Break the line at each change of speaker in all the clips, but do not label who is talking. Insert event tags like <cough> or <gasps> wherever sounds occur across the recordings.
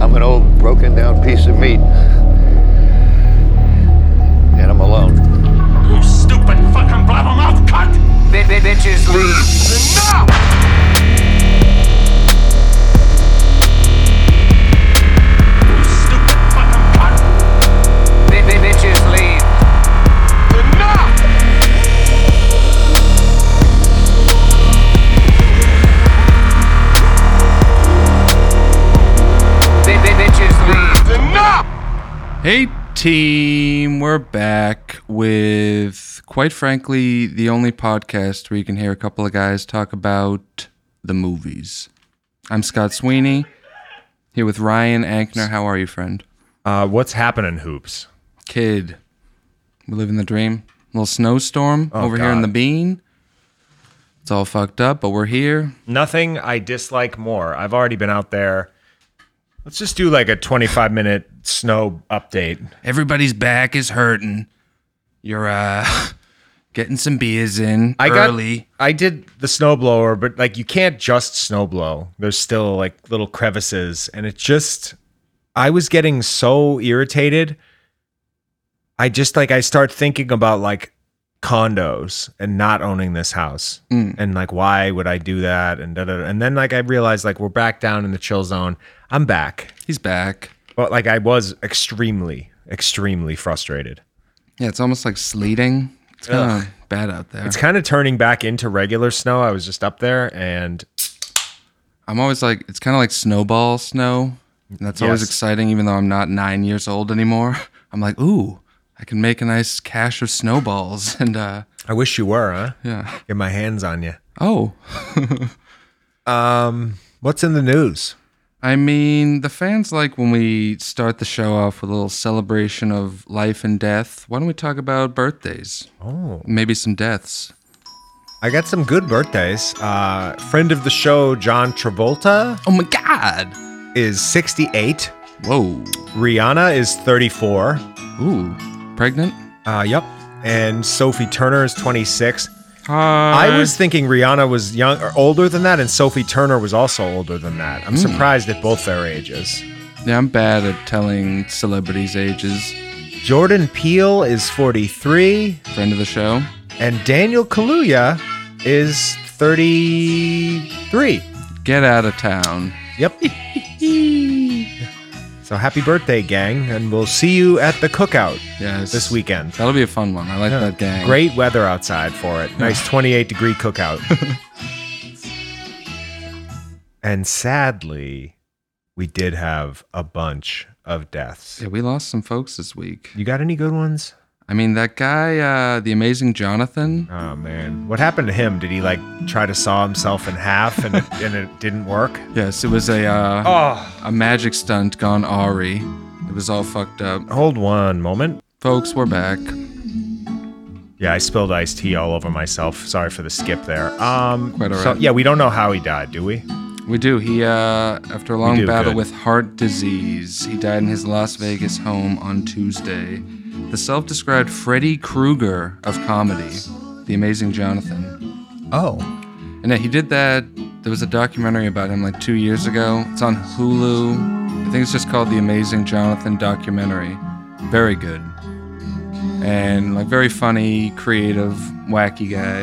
I'm an old broken down piece of meat. And I'm alone.
You stupid fucking blabbermouth cunt!
Bitches leave.
Enough! You stupid fucking cunt!
Bitches leave.
Enough!
Bitches leave.
Enough!
Hey, team, we're back with, quite frankly, the only podcast where you can hear a couple of guys talk about the movies. I'm Scott Sweeney, here with Ryan Ankner. How are you, friend?
Uh, what's happening, hoops?
Kid, we live in the dream. little snowstorm over here in
Oh, God.
the bean. It's all fucked up, but we're here.
Nothing I dislike more. I've already been out there. Let's just do like a 25 minute snow update.
Everybody's back is hurting. You're uh <laughs> getting some beers in
I got
early.
I did the snowblower, but like you can't just snowblow. There's still like little crevices and it just I was getting so irritated. I just like I start thinking about like condos and not owning this house and like why would I do that and da, da, da. and then like I realized like we're back down in the chill zone. I'm back.
He's back.
But like I was extremely extremely frustrated.
Yeah, it's almost like sleeting. It's kind of bad out there.
It's kind of turning back into regular snow. I was just up there and
I'm always like, it's kind of like snowball snow. And that's always
Yes.
exciting, even though I'm not nine years old anymore. <laughs> I'm like, ooh, I can make a nice cache of snowballs. <laughs> And uh,
I wish you were, huh?
yeah.
Get my hands on you.
Oh,
What's in the news?
I mean, the fans like when we start the show off with a little celebration of life and death. Why don't we talk about birthdays? Oh. Maybe some deaths.
I got some good birthdays. Uh, friend of the show, John Travolta,
Oh my God.
is 68.
Whoa.
Rihanna is 34.
Ooh. Pregnant?
Uh, yep. And Sophie Turner is 26.
Hi.
I was thinking Rihanna was young or older than that, and Sophie Turner was also older than that. I'm surprised at both their ages.
Yeah, I'm bad at telling celebrities' ages.
Jordan Peele is 43,
Friend of the show.
and Daniel Kaluuya is 33.
Get out of town.
Yep. <laughs> so happy birthday, gang, and we'll see you at the cookout
Yes.
this weekend.
That'll be a fun one. I like that gang.
Great weather outside for <laughs> it. Nice 28 degree <laughs> cookout. and sadly, we did have a bunch of deaths.
Yeah, we lost some folks this week.
You got any good ones?
I mean, that guy, uh, the amazing Jonathan.
Oh man, what happened to him? Did he like try to saw himself in half and it, and it didn't work?
Yes, it was a uh,
<laughs> Oh,
a magic stunt gone awry. It was all fucked up.
hold one moment.
Folks, we're back.
Yeah, I spilled iced tea all over myself. Sorry for the skip there. Um,
Quite all
so,
right.
yeah, we don't know how he died, do we?
We do. He, uh, after a long
do,
battle
good.
with heart disease, he died in his Las Vegas home on Tuesday. The self described Freddy Krueger of comedy, the amazing Jonathan.
Oh,
And yeah, he did that. There was a documentary about him like two years ago. It's on Hulu. I think it's just called The Amazing Jonathan Documentary. Very good. And like very funny, creative, wacky guy.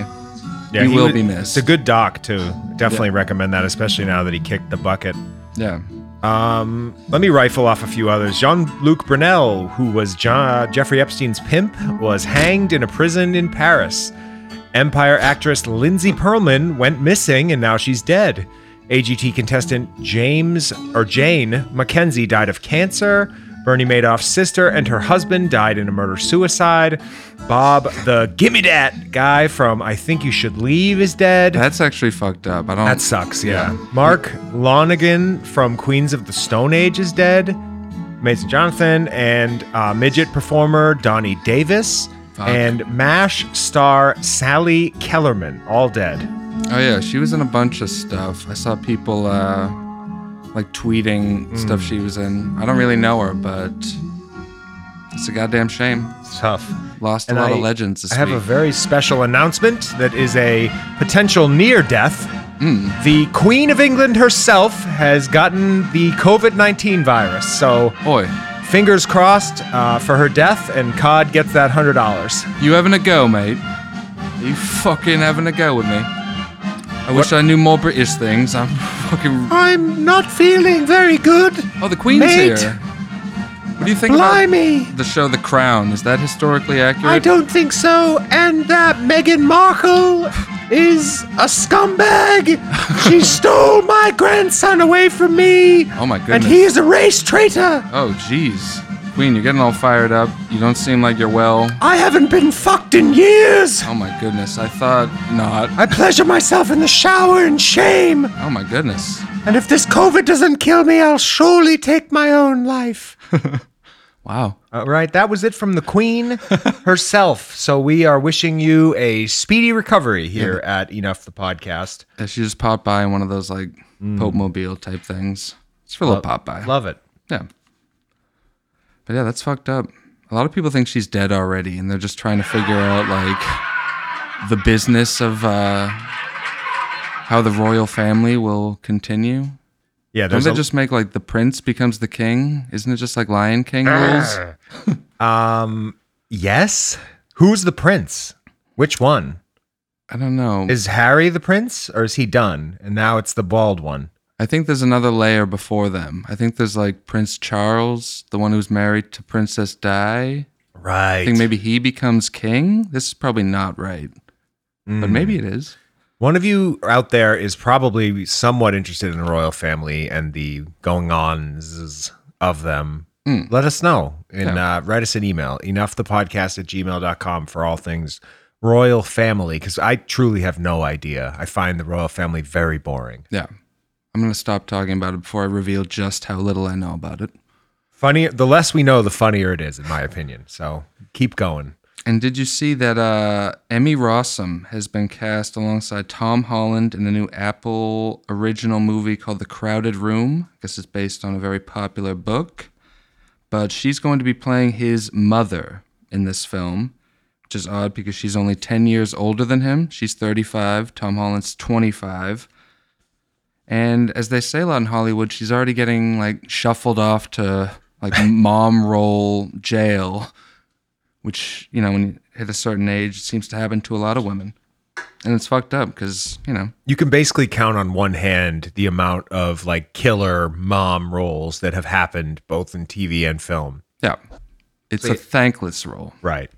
yeah,
He will
was-
be missed.
It's a good doc too. Definitely recommend that, especially now that he kicked the bucket.
Yeah.
Um, let me rifle off a few others. Jean-Luc Brunel, who was John, Jeffrey Epstein's pimp, was hanged in a prison in Paris. Empire actress Lindsay Perlman went missing, and now she's dead. AGT contestant James or Jane McKenzie died of cancer. Bernie Madoff's sister and her husband died in a murder-suicide. Bob, the gimme that guy from I Think You Should Leave, is dead.
That's actually fucked up. I don't
That sucks, yeah. Mark Lonigan from Queens of the Stone Age is dead. Mason Jonathan and uh, midget performer Donnie Davis
Fuck.
and MASH star Sally Kellerman, all dead.
Oh yeah, she was in a bunch of stuff. I saw people uh like tweeting
Hmm.
stuff she was in. I don't really know her, but it's a goddamn shame.
It's tough.
Lost a
And
lot
I-
of legends this
I have a
week.
very special announcement that is a potential near death. The Queen of England herself has gotten the COVID 19 virus, so
Boy,
fingers crossed uh, for her death, and COD gets that $100.
you having a go, mate? You fucking having a go with me? I wish I knew more British things. I'm <laughs> fucking.
I'm not feeling very good.
Oh, the Queen's
Mate.
here. What do you think
Blimey!
about the show The Crown? Is that historically accurate?
I don't think so. And that Meghan Markle is a
<laughs>
scumbag. she stole my grandson away from me.
Oh my
And
goodness.
he is a race traitor.
Oh, jeez. Queen, you're getting all fired up. You don't seem like you're well.
I haven't been fucked in years.
Oh my goodness. I thought not.
I pleasure myself in the shower in shame.
Oh my goodness.
And if this COVID doesn't kill me, I'll surely take my own life.
Wow.
All right, that was it from the <laughs> Queen herself. So we are wishing you a speedy recovery here at Enough the Podcast.
Yeah, she just popped by in one of those like Pope Mobile type things. It's for a little pop by.
Mm. Love it.
Yeah. But yeah, that's fucked up. A lot of people think she's dead already, and they're just trying to figure out like the business of uh, how the royal family will continue.
Yeah,
Don't they just make like the prince becomes the king? Isn't it just like Lion King rules?
Ah. yes. Who's the prince? Which one
I don't know.
is Harry the prince, or is he done? And now it's the bald one.
I think there's another layer before them. I think there's like Prince Charles, the one who's married to Princess Di.
Right.
I think maybe he becomes king. This is probably not right, but maybe it is.
One of you out there is probably somewhat interested in the royal family and the going ons of them. Let us know and uh, write us an email, enoughthepodcast at gmail.com for all things royal family, because I truly have no idea. I find the royal family very boring.
Yeah. I'm going to stop talking about it before I reveal just how little I know about it.
Funny, the less we know, the funnier it is, in my opinion. So keep going.
And did you see that uh, Emmy Rossum has been cast alongside Tom Holland in the new Apple original movie called The Crowded Room? I guess it's based on a very popular book. But she's going to be playing his mother in this film, which is odd because she's only 10 years older than him. She's 35, Tom Holland's 25. And as they say a lot in Hollywood, she's already getting like shuffled off to like <laughs> mom role jail which you know when you hit a certain age it seems to happen to a lot of women and it's fucked up because you know
You can basically count on one hand the amount of like killer mom roles that have happened both in TV and film.
yeah it's a thankless role
Right.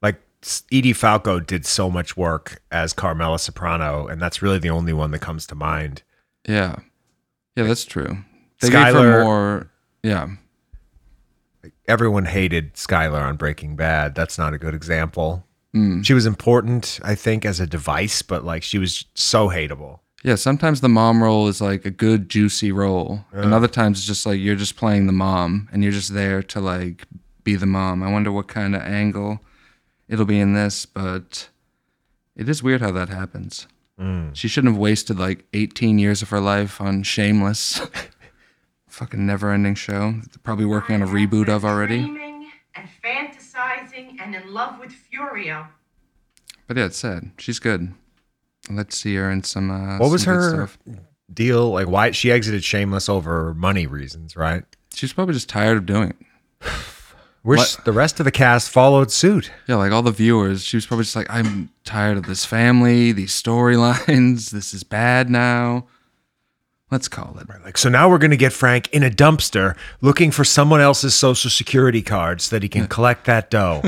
Like S- Edie Falco did so much work as Carmela Soprano, and that's really the only one that comes to mind.
yeah yeah that's true they gave
Skylar-
her more yeah
Everyone hated Skylar on Breaking Bad. That's not a good example.
Hmm.
She was important, I think, as a device, but like she was so hateable.
yeah sometimes the mom role is like a good juicy role and other times it's just like you're just playing the mom and you're just there to like be the mom i wonder what kind of angle it'll be in this but it is weird how that happens
Mm.
She shouldn't have wasted like 18 years of her life on
<laughs>
Shameless. Fucking never ending show. They're probably working on a reboot of already.
Dreaming and fantasizing and in love with Furio.
But yeah, it's sad. She's good. Let's see her in some. Uh,
What was
some good
her
stuff.
deal? Like, why she exited Shameless over money reasons, right?
She's probably just tired of doing it.
Wish
What-
the rest of the cast followed suit.
Yeah, like all the viewers, she was probably just like, I'm tired of this family, these storylines. This is bad now. Let's call it.
Like, so now we're going to get Frank in a dumpster looking for someone else's social security card so that he can collect
<laughs>
that dough.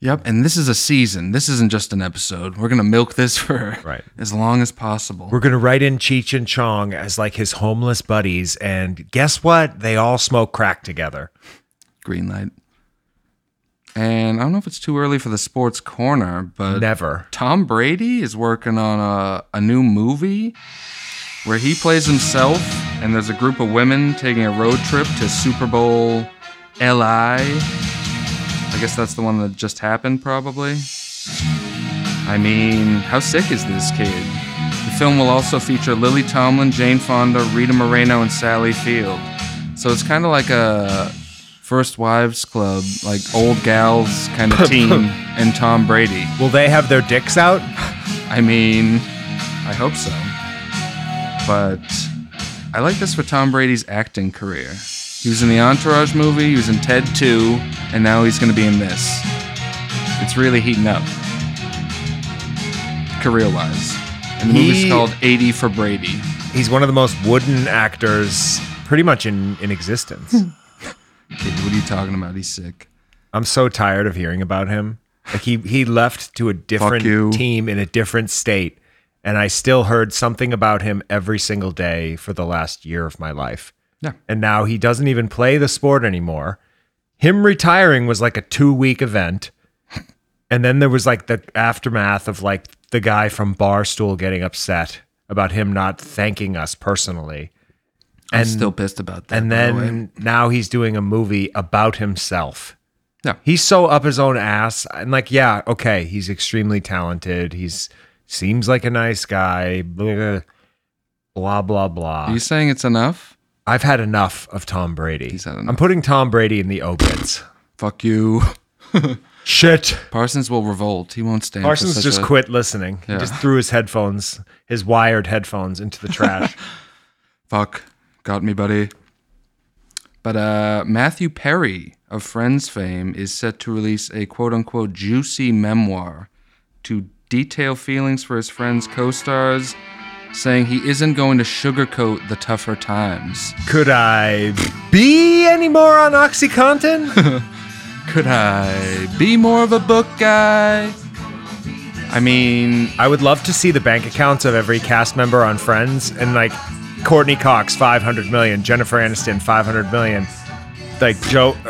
Yep. And this is a season. This isn't just an episode. We're going to milk this <laughs> for
Right.
as long as possible.
We're gonna write in Cheech and Chong as like his homeless buddies, and guess what? They all smoke crack together.
green light. And I don't know if it's too early for the sports corner, but
Never.
Tom Brady is working on a, a new movie where he plays himself, and there's a group of women taking a road trip to Super Bowl LI. I guess that's the one that just happened, probably. I mean, how sick is this kid? The film will also feature Lily Tomlin, Jane Fonda, Rita Moreno, and Sally Field. So it's kind of like a First Wives Club, like old gals kind of team, and Tom Brady.
Will they have their dicks out?
I mean, I hope so. but I like this for Tom Brady's acting career. He was in the Entourage movie, he was in Ted 2, and now he's going to be in this. It's really heating up, career wise. And the movie's
He-
called 80 for Brady.
He's one of the most wooden actors pretty much in, in existence.
Dude, what are you talking about? He's sick.
I'm so tired of hearing about him. Like he he left to a
you.
different team in a different state, and I still heard something about him every single day for the last year of my life.
Yeah.
And now he doesn't even play the sport anymore. Him retiring was like a two week event. And then there was like the aftermath of like the guy from Barstool getting upset about him not thanking us personally.
I'm still pissed about that.
And
by the way.
then now he's doing a movie about himself.
Yeah.
He's so up his own ass. And like, yeah, okay, he's extremely talented. He's seems like a nice guy. Blah blah blah. blah.
Are you saying it's enough?
I've had enough of Tom Brady.
He's had
I'm
enough.
putting Tom Brady in the obits.
Fuck you. <laughs>
Shit.
Parsons will revolt. He won't stand. for
Parsons
such
just
a-
quit listening.
Yeah.
He just threw his headphones, his wired headphones, into
<laughs>
the trash.
Fuck. Got me, buddy. But uh, Matthew Perry of Friends fame is set to release a quote unquote juicy memoir to detail feelings for his friends' co stars, saying he isn't going to sugarcoat the tougher times.
Could I be any more on OxyContin?
Could I be more of a book guy? I mean,
I would love to see the bank accounts of every cast member on Friends and like Courtney Cox, 500 million, Jennifer Aniston, 500 million, like Joe, <laughs>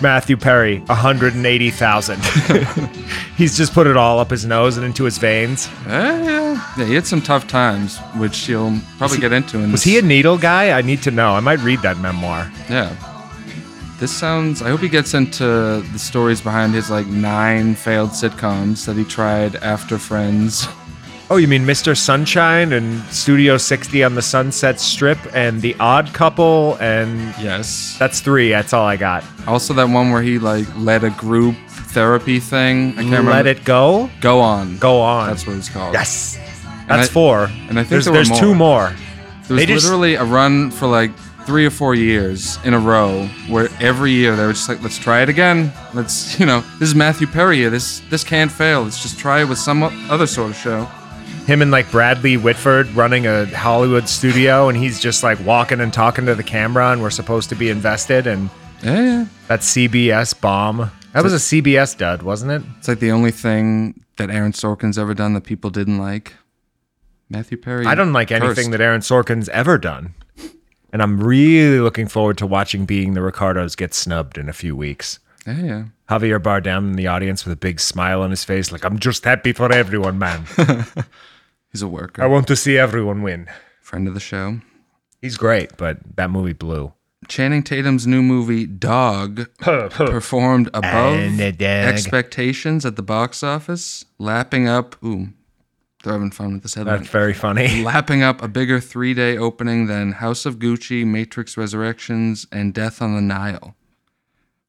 Matthew Perry, 180,000. <laughs> He's just put it all up his nose and into his veins.
eh, yeah, yeah, he had some tough times, which he'll probably get into. In
Was
this-
he a needle guy? I need to know. I might read that memoir.
Yeah. This sounds. I hope he gets into the stories behind his like nine failed sitcoms that he tried after Friends.
Oh, you mean Mr. Sunshine and Studio 60 on the Sunset Strip and The Odd Couple? And
Yes.
that's three. That's all I got.
Also, that one where he like led a group therapy thing. I can't remember.
Let it go.
go on.
Go on.
That's what it's called.
Yes. That's
I-
four.
and I think
there's,
there were
there's two more.
There was
They just-
literally a run for like three or four years in a row where every year they were just like, let's try it again. Let's, <laughs> you know, this is Matthew Perry here. This this can't fail. Let's just try it with some o- other sort of show.
Him and like Bradley Whitford running a Hollywood studio, and he's just like walking and talking to the camera, and we're supposed to be invested. And
Yeah, yeah.
that CBS bomb. That was a CBS dud, wasn't it?
It's like the only thing that Aaron Sorkin's ever done that people didn't like. Matthew Perry.
I don't like anything
cursed.
that Aaron Sorkin's ever done. And I'm really looking forward to watching Being the Ricardos get snubbed in a few weeks.
Yeah, yeah.
Javier Bardem in the audience with a big smile on his face, like, I'm just happy for
<laughs>
everyone, man.
He's a worker.
I want to see everyone win.
Friend of the show.
He's great, but that movie blew.
Channing Tatum's new movie
<laughs>
Dog performed above
And the dog.
expectations at the box office, lapping up. Ooh, they're having fun with this headline.
That's very funny. <laughs>
lapping up a bigger three-day opening than House of Gucci, Matrix Resurrections, and Death on the Nile.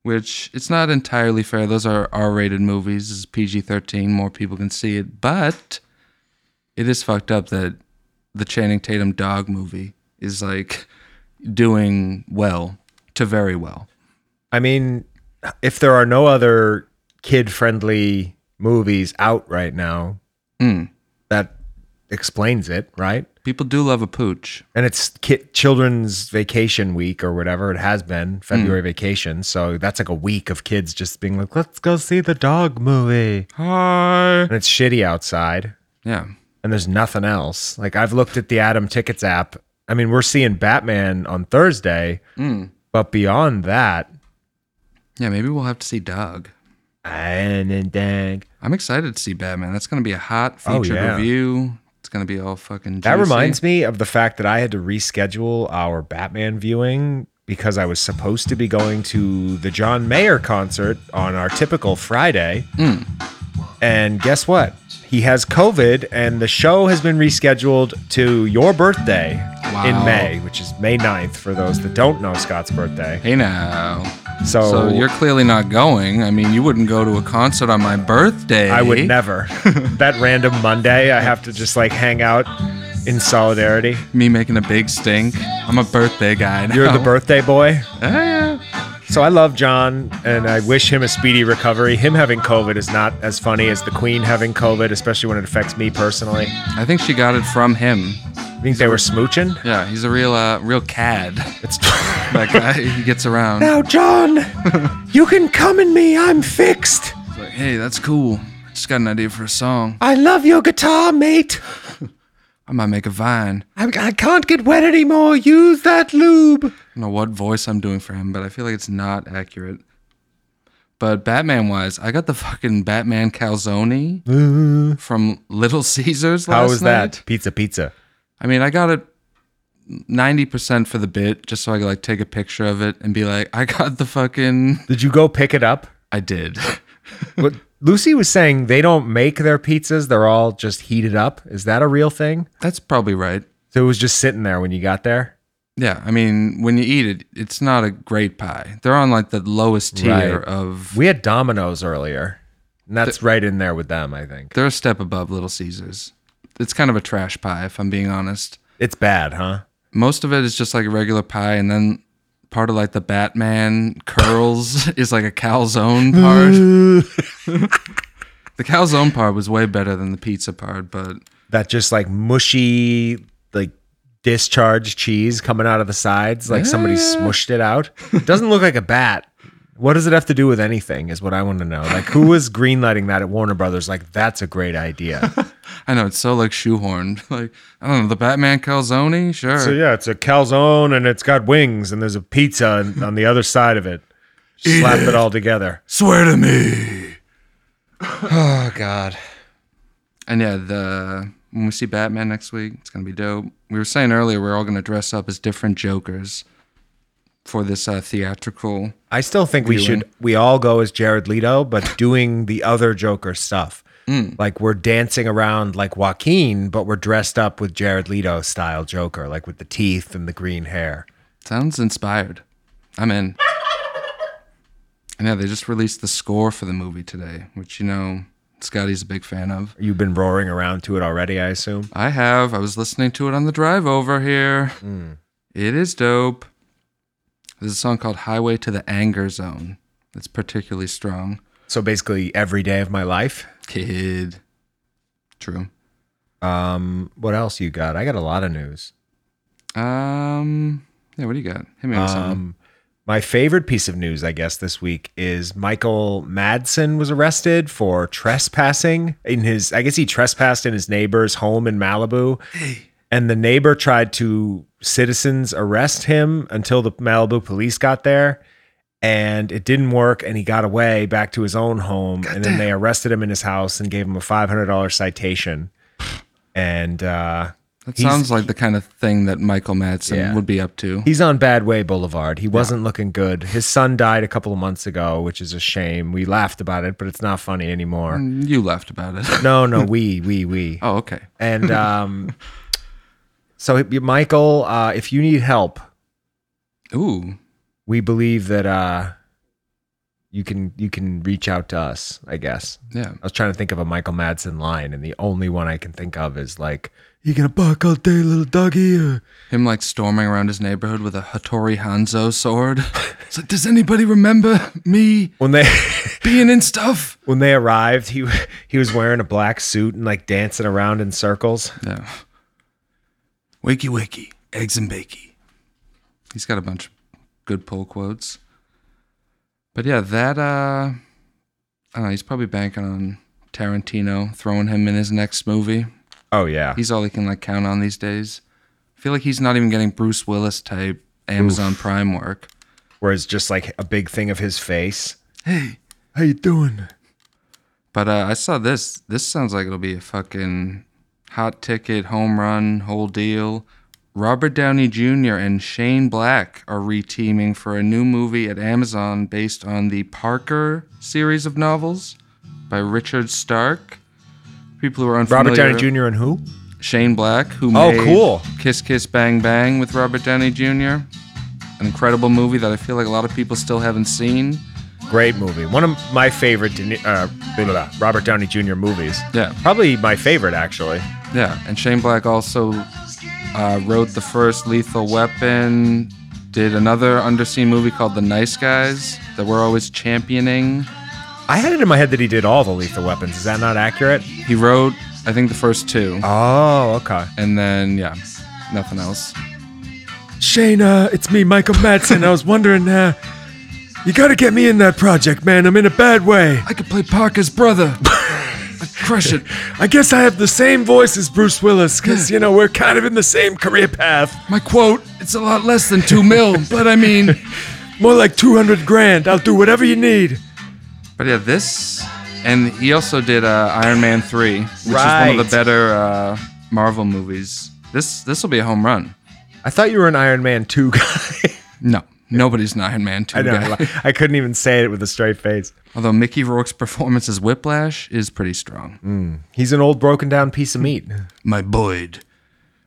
Which it's not entirely fair. Those are R-rated movies. This is PG-13. More people can see it, but it is fucked up that the Channing Tatum dog movie is like doing well to very well.
I mean, if there are no other kid friendly movies out right now,
Mm.
that explains it, right?
People do love a pooch.
And it's kid, children's vacation week or whatever it has been, February vacation. So that's like a week of kids just being like, let's go see the dog movie.
Hi.
And it's shitty outside
Yeah.
and there's nothing else. Like I've looked at the Adam Tickets app. I mean, we're seeing Batman on Thursday, but beyond that,
Yeah, maybe we'll have to see Dog.
and dang.
I'm excited to see Batman. That's going to be a hot
Oh,
feature
yeah.
review. It's going to be all fucking. Juicy.
That reminds me of the fact that I had to reschedule our Batman viewing because I was supposed to be going to the John Mayer concert on our typical Friday.
Hmm.
And guess what? He has COVID, and the show has been rescheduled to your birthday
Wow.
in May, which is May 9th for those that don't know Scott's birthday.
Hey now.
So,
So you're clearly not going. I mean, you wouldn't go to a concert on my birthday. <laughs>
I would never. that random Monday, I have to just like hang out in solidarity.
Me making a big stink. I'm a birthday guy. Now.
<laughs> You're the birthday boy.
Ah,
So I love John and I wish him a speedy recovery. Him having COVID is not as funny as the Queen having COVID, especially when it affects me personally.
I think she got it from him.
I think they were smooching.
Yeah, he's a real, uh, real
<laughs>
cad.
It's
That guy, he gets around.
now, <laughs> John, you can come in me. I'm fixed.
It's like, hey, that's cool. Just got an idea for a song.
I love your guitar, mate.
I might make a vine. I
I, I can't get wet anymore. Use that lube.
don't know what voice I'm doing for him, but I feel like it's not accurate. But Batman wise, I got the fucking Batman calzone
<gasps>
from Little Caesars last
How was
night.
that? Pizza, pizza.
I mean, I got it 90% for the bit just so I could like take a picture of it and be like, I got the fucking. <laughs>
Did you go pick it up?
I did. <laughs>
What Lucy was saying, they don't make their pizzas. They're all just heated up. Is that a real thing?
That's probably right.
So it was just sitting there when you got there.
Yeah. I mean, when you eat it, it's not a great pie. They're on like the lowest tier
Right.
of.
We had Domino's earlier, and that's right in there with them. I think
They're a step above Little Caesars. It's kind of a trash pie, if I'm being honest.
it's bad, huh?
Most of it is just like a regular pie, and then part of like the Batman curls <laughs> is like a calzone part.
<laughs>
the calzone part was way better than the pizza part, but
That just like mushy, like discharge cheese coming out of the sides, like somebody smushed it out. It doesn't look like a bat. What does it have to do with anything? Is what I want to know. Like, who was greenlighting that at Warner Brothers? Like, that's a great idea.
I know it's so like shoehorned. <laughs> Like I don't know the Batman calzone, sure.
<laughs> so yeah, it's a calzone and it's got wings, and there's a pizza on the other side of it. Slap it all together.
Swear to
<laughs>
me.
Oh God.
And yeah, the when we see Batman next week, it's gonna be dope. We were saying earlier we're all gonna dress up as different Jokers for this uh, theatrical.
I still think we
Viewing.
should we all go as Jared Leto, but doing the other Joker stuff. Like we're dancing around like Joaquin, but we're dressed up with Jared Leto style Joker, like with the teeth and the green hair.
Sounds inspired. I'm in. And yeah, they just released the score for the movie today, which you know Scotty's a big fan of.
You've been roaring around to it already, I assume.
I have. I was listening to it on the drive over here.
Mm.
It is dope. There's a song called Highway to the Anger Zone that's particularly strong.
So basically every day of my life.
Kid. True.
Um, what else you got? I got a lot of news.
Um, yeah, what do you got? Hit me with something.
Um, my favorite piece of news, I guess, this week is Michael Madsen was arrested for trespassing in his. I guess he trespassed in his neighbor's home in Malibu, and the neighbor tried to citizens arrest him until the Malibu police got there, and it didn't work, and he got away back to his own home, and then they arrested him in his house and gave him a five hundred dollars citation, and uh,
That
he's-
sounds like the kind of thing that Michael Madsen
Yeah.
would be up to.
He's on Bad Way Boulevard. He wasn't looking good. His son died a couple of months ago, which is a shame. We laughed about it, but it's not funny anymore.
you laughed about it.
No, no, we, we, we.
Mm. <laughs> Oh, okay.
And um, so, y- Michael, uh, if you need help,
Ooh.
we believe that uh, you can you can reach out to us. I guess.
Yeah.
I was trying to think of a Michael Madsen line, and the only one I can think of is like, "You gonna bark all day, little doggy?" or-
Him like storming around his neighborhood with a Hattori Hanzo sword. <laughs> It's like, does anybody remember me
When they. <laughs>
being in stuff?
when they arrived, he <laughs> he was wearing a black suit and like dancing around in circles.
Yeah. Wakey wakey, eggs and bakey. He's got a bunch of good pull quotes. But yeah, that uh I don't know, he's probably banking on Tarantino throwing him in his next movie.
Oh yeah,
He's all he can like count on these days. I feel like he's not even getting Bruce Willis type Amazon Prime work.
where it's just like a big thing of his face. Hey, how you doing?
But uh, I saw this. This sounds like it'll be a fucking hot ticket, home run, whole deal. Robert Downey Jr. and Shane Black are reteaming for a new movie at Amazon based on the Parker series of novels by Richard Stark. People who are unfamiliar.
Robert Downey Jr. and who?
Shane Black, who
Oh,
made
cool.
Kiss Kiss Bang Bang with Robert Downey Jr. An incredible movie that I feel like a lot of people still haven't seen.
Great movie. One of my favorite De- uh, blah, blah, blah, Robert Downey Jr. movies.
Yeah.
Probably my favorite actually.
Yeah, and Shane Black also uh, wrote the first Lethal Weapon, did another underseen movie called The Nice Guys that we're always championing.
I had it in my head that he did all the lethal weapons. Is that not accurate?
He wrote, I think, the first two,
Oh, okay.
and then yeah, nothing else.
Shayna, uh, it's me, Michael Madsen. I was wondering, uh, you gotta get me in that project, man. I'm in a bad way.
I could play Parker's brother. I'd crush it.
I guess I have the same voice as Bruce Willis, because, you know, we're kind of in the same career path.
My quote, it's a lot less than two mil, but I mean.
More like 200 grand. I'll do whatever you need.
But yeah, this, and he also did uh, Iron Man three, which is one of
Right.
the better uh, Marvel movies. This this will be a home run.
I thought you were an Iron Man 2 guy. <laughs>
No, nobody's an Iron Man two
I know.
guy.
<laughs> I- I couldn't even say it with a straight face.
<laughs> Although Mickey Rourke's performance as Whiplash is pretty strong.
Mm. He's an old, broken down piece of meat.
My Boyd,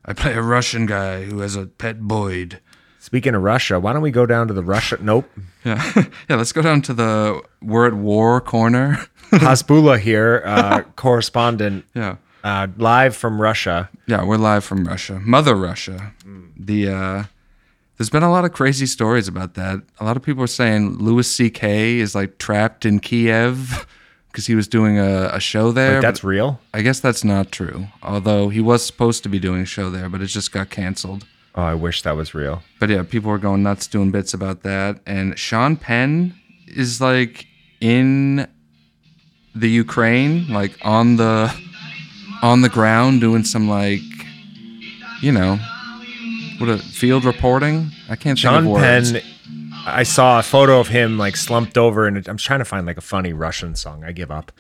I play a Russian guy who has a pet Boyd.
Speaking of Russia, why don't we go down to the Russia? <laughs> Nope.
Yeah, <laughs> yeah. Let's go down to the we're at war
<laughs>
corner.
Hasbullah here, uh, correspondent,
yeah.
uh, live from Russia.
Yeah, we're live from Russia, Mother Russia.
Mm.
The uh, there's been a lot of crazy stories about that. A lot of people are saying Louis C.K. is like trapped in Kiev because he was doing a, a show there.
Wait, that's
but
real?
I guess that's not true. Although he was supposed to be doing a show there, but it just got canceled.
Oh, I wish that was real.
But yeah, people were going nuts doing bits about that. And Sean Penn is like in the Ukraine, like on the on the ground doing some like you know what a field reporting. I can't
John
think of words.
Penn. I saw a photo of him like slumped over, and I'm trying to find like a funny Russian song. I give up.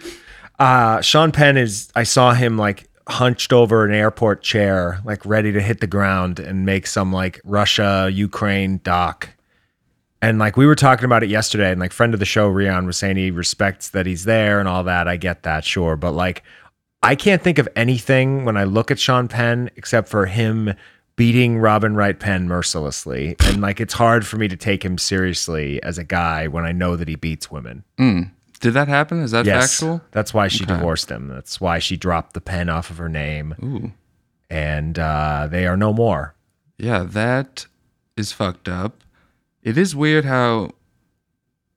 Uh, Sean Penn is. I saw him like hunched over an airport chair, like ready to hit the ground and make some like Russia Ukraine doc. And like we were talking about it yesterday, and like friend of the show Rion was saying he respects that he's there and all that. I get that, sure, but like I can't think of anything when I look at Sean Penn except for him beating Robin Wright Penn mercilessly. And like it's hard for me to take him seriously as a guy when I know that he beats women.
Did that happen? Is that
Yes.
factual?
That's why she divorced him. That's why she dropped the pen off of her name.
Ooh.
And uh, they are no more.
Yeah, that is fucked up. It is weird how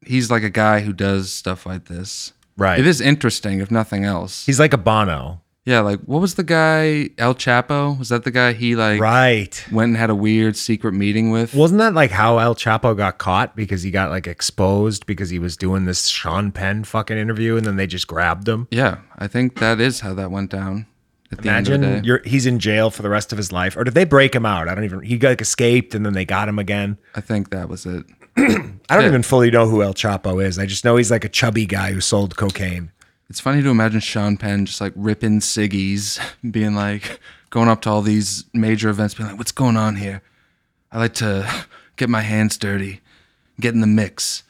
he's like a guy who does stuff like this.
Right.
It is interesting, if nothing else.
He's like a Bono.
Yeah, like what was the guy El Chapo? Was that the guy he like
Right.
went and had a weird secret meeting with?
Wasn't that like how El Chapo got caught because he got like exposed because he was doing this Sean Penn fucking interview and then they just grabbed him?
yeah, I think that is how that went down. At the end of the
Imagine
day.
you're, he's in jail for the rest of his life. Or did they break him out? I don't even. He like escaped and then they got him again.
I think that was it.
I don't
Yeah.
even fully know who El Chapo is. I just know he's like a chubby guy who sold cocaine.
It's funny to imagine Sean Penn just like ripping ciggies, <laughs> being like going up to all these major events, being like, "What's going on here? I like to <laughs> get my hands dirty, get in the mix."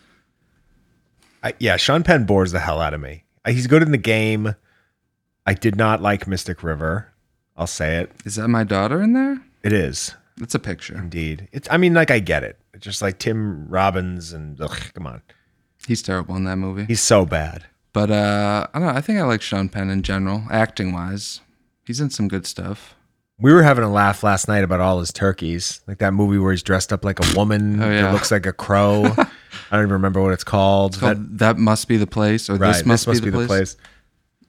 I, yeah, Sean Penn bores the hell out of me. Uh, He's good in the game. I did not like Mystic River. I'll say it.
Is that my daughter in there?
It is
That's a picture.
indeed. It's. I mean, like I get it. It's just like Tim Robbins and ugh, come on,
He's terrible in that movie.
he's so bad.
But uh, I don't know. I think I like Sean Penn in general, acting wise. He's in some good stuff.
We were having a laugh last night about all his turkeys, like that movie where he's dressed up like a woman
Oh,
that
yeah.
looks like
<laughs>
a crow. I don't even remember what it's called.
It's called that, must be the place, or
That- right,
this must, be, the, place.
place.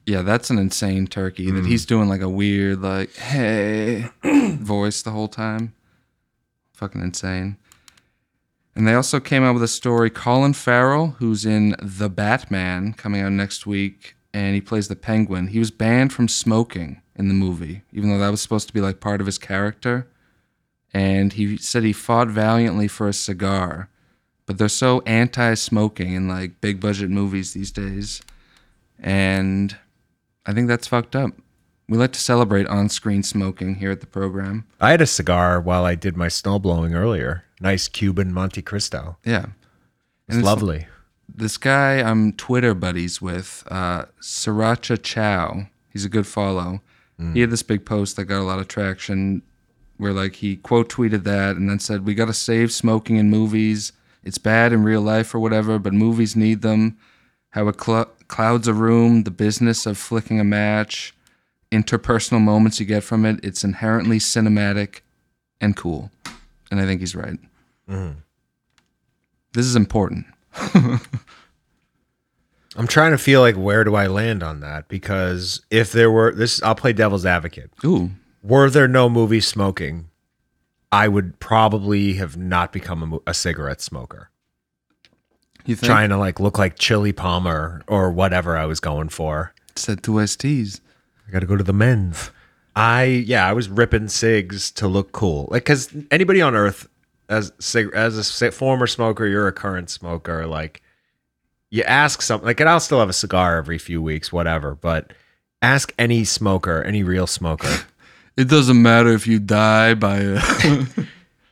Yeah, that's an insane turkey that he's doing like a weird like hey voice the whole time. Fucking insane. And they also came out with a story. Colin Farrell, who's in The Batman, coming out next week, and he plays the Penguin. He was banned from smoking in the movie, even though that was supposed to be like part of his character. And he said he fought valiantly for a cigar, but they're so anti-smoking in like big budget movies these days and I think that's fucked up. We like to celebrate on-screen smoking here at the program.
I had a cigar while I did my snow blowing earlier. Nice Cuban Monte Cristo.
Yeah,
It's
And it's-
lovely.
this guy I'm Twitter buddies with, uh, Sriracha Chow. He's a good follow. He had this big post that got a lot of traction, where like he quote tweeted that and then said, "We gotta save smoking in movies. It's bad in real life or whatever, but movies need them. How it cl- clouds a room, the business of flicking a match." interpersonal moments you get from it. It's inherently cinematic and cool. And I think he's right. This is important.
I'm trying to feel like where do I land on that because if there were this, I'll play devil's advocate.
Ooh,
Were there no movie smoking, I would probably have not become a, mo- a cigarette smoker.
you think?
Trying to like look like Chili Palmer or whatever I was going for.
Said two STs.
I got to go to the men's. I yeah, I was ripping cigs to look cool. Like cuz anybody on earth as cig- as a ci- former smoker, you're a current smoker like you ask something like and I'll still have a cigar every few weeks whatever, but ask any smoker, any real smoker.
It doesn't matter if you die by
<laughs>
a.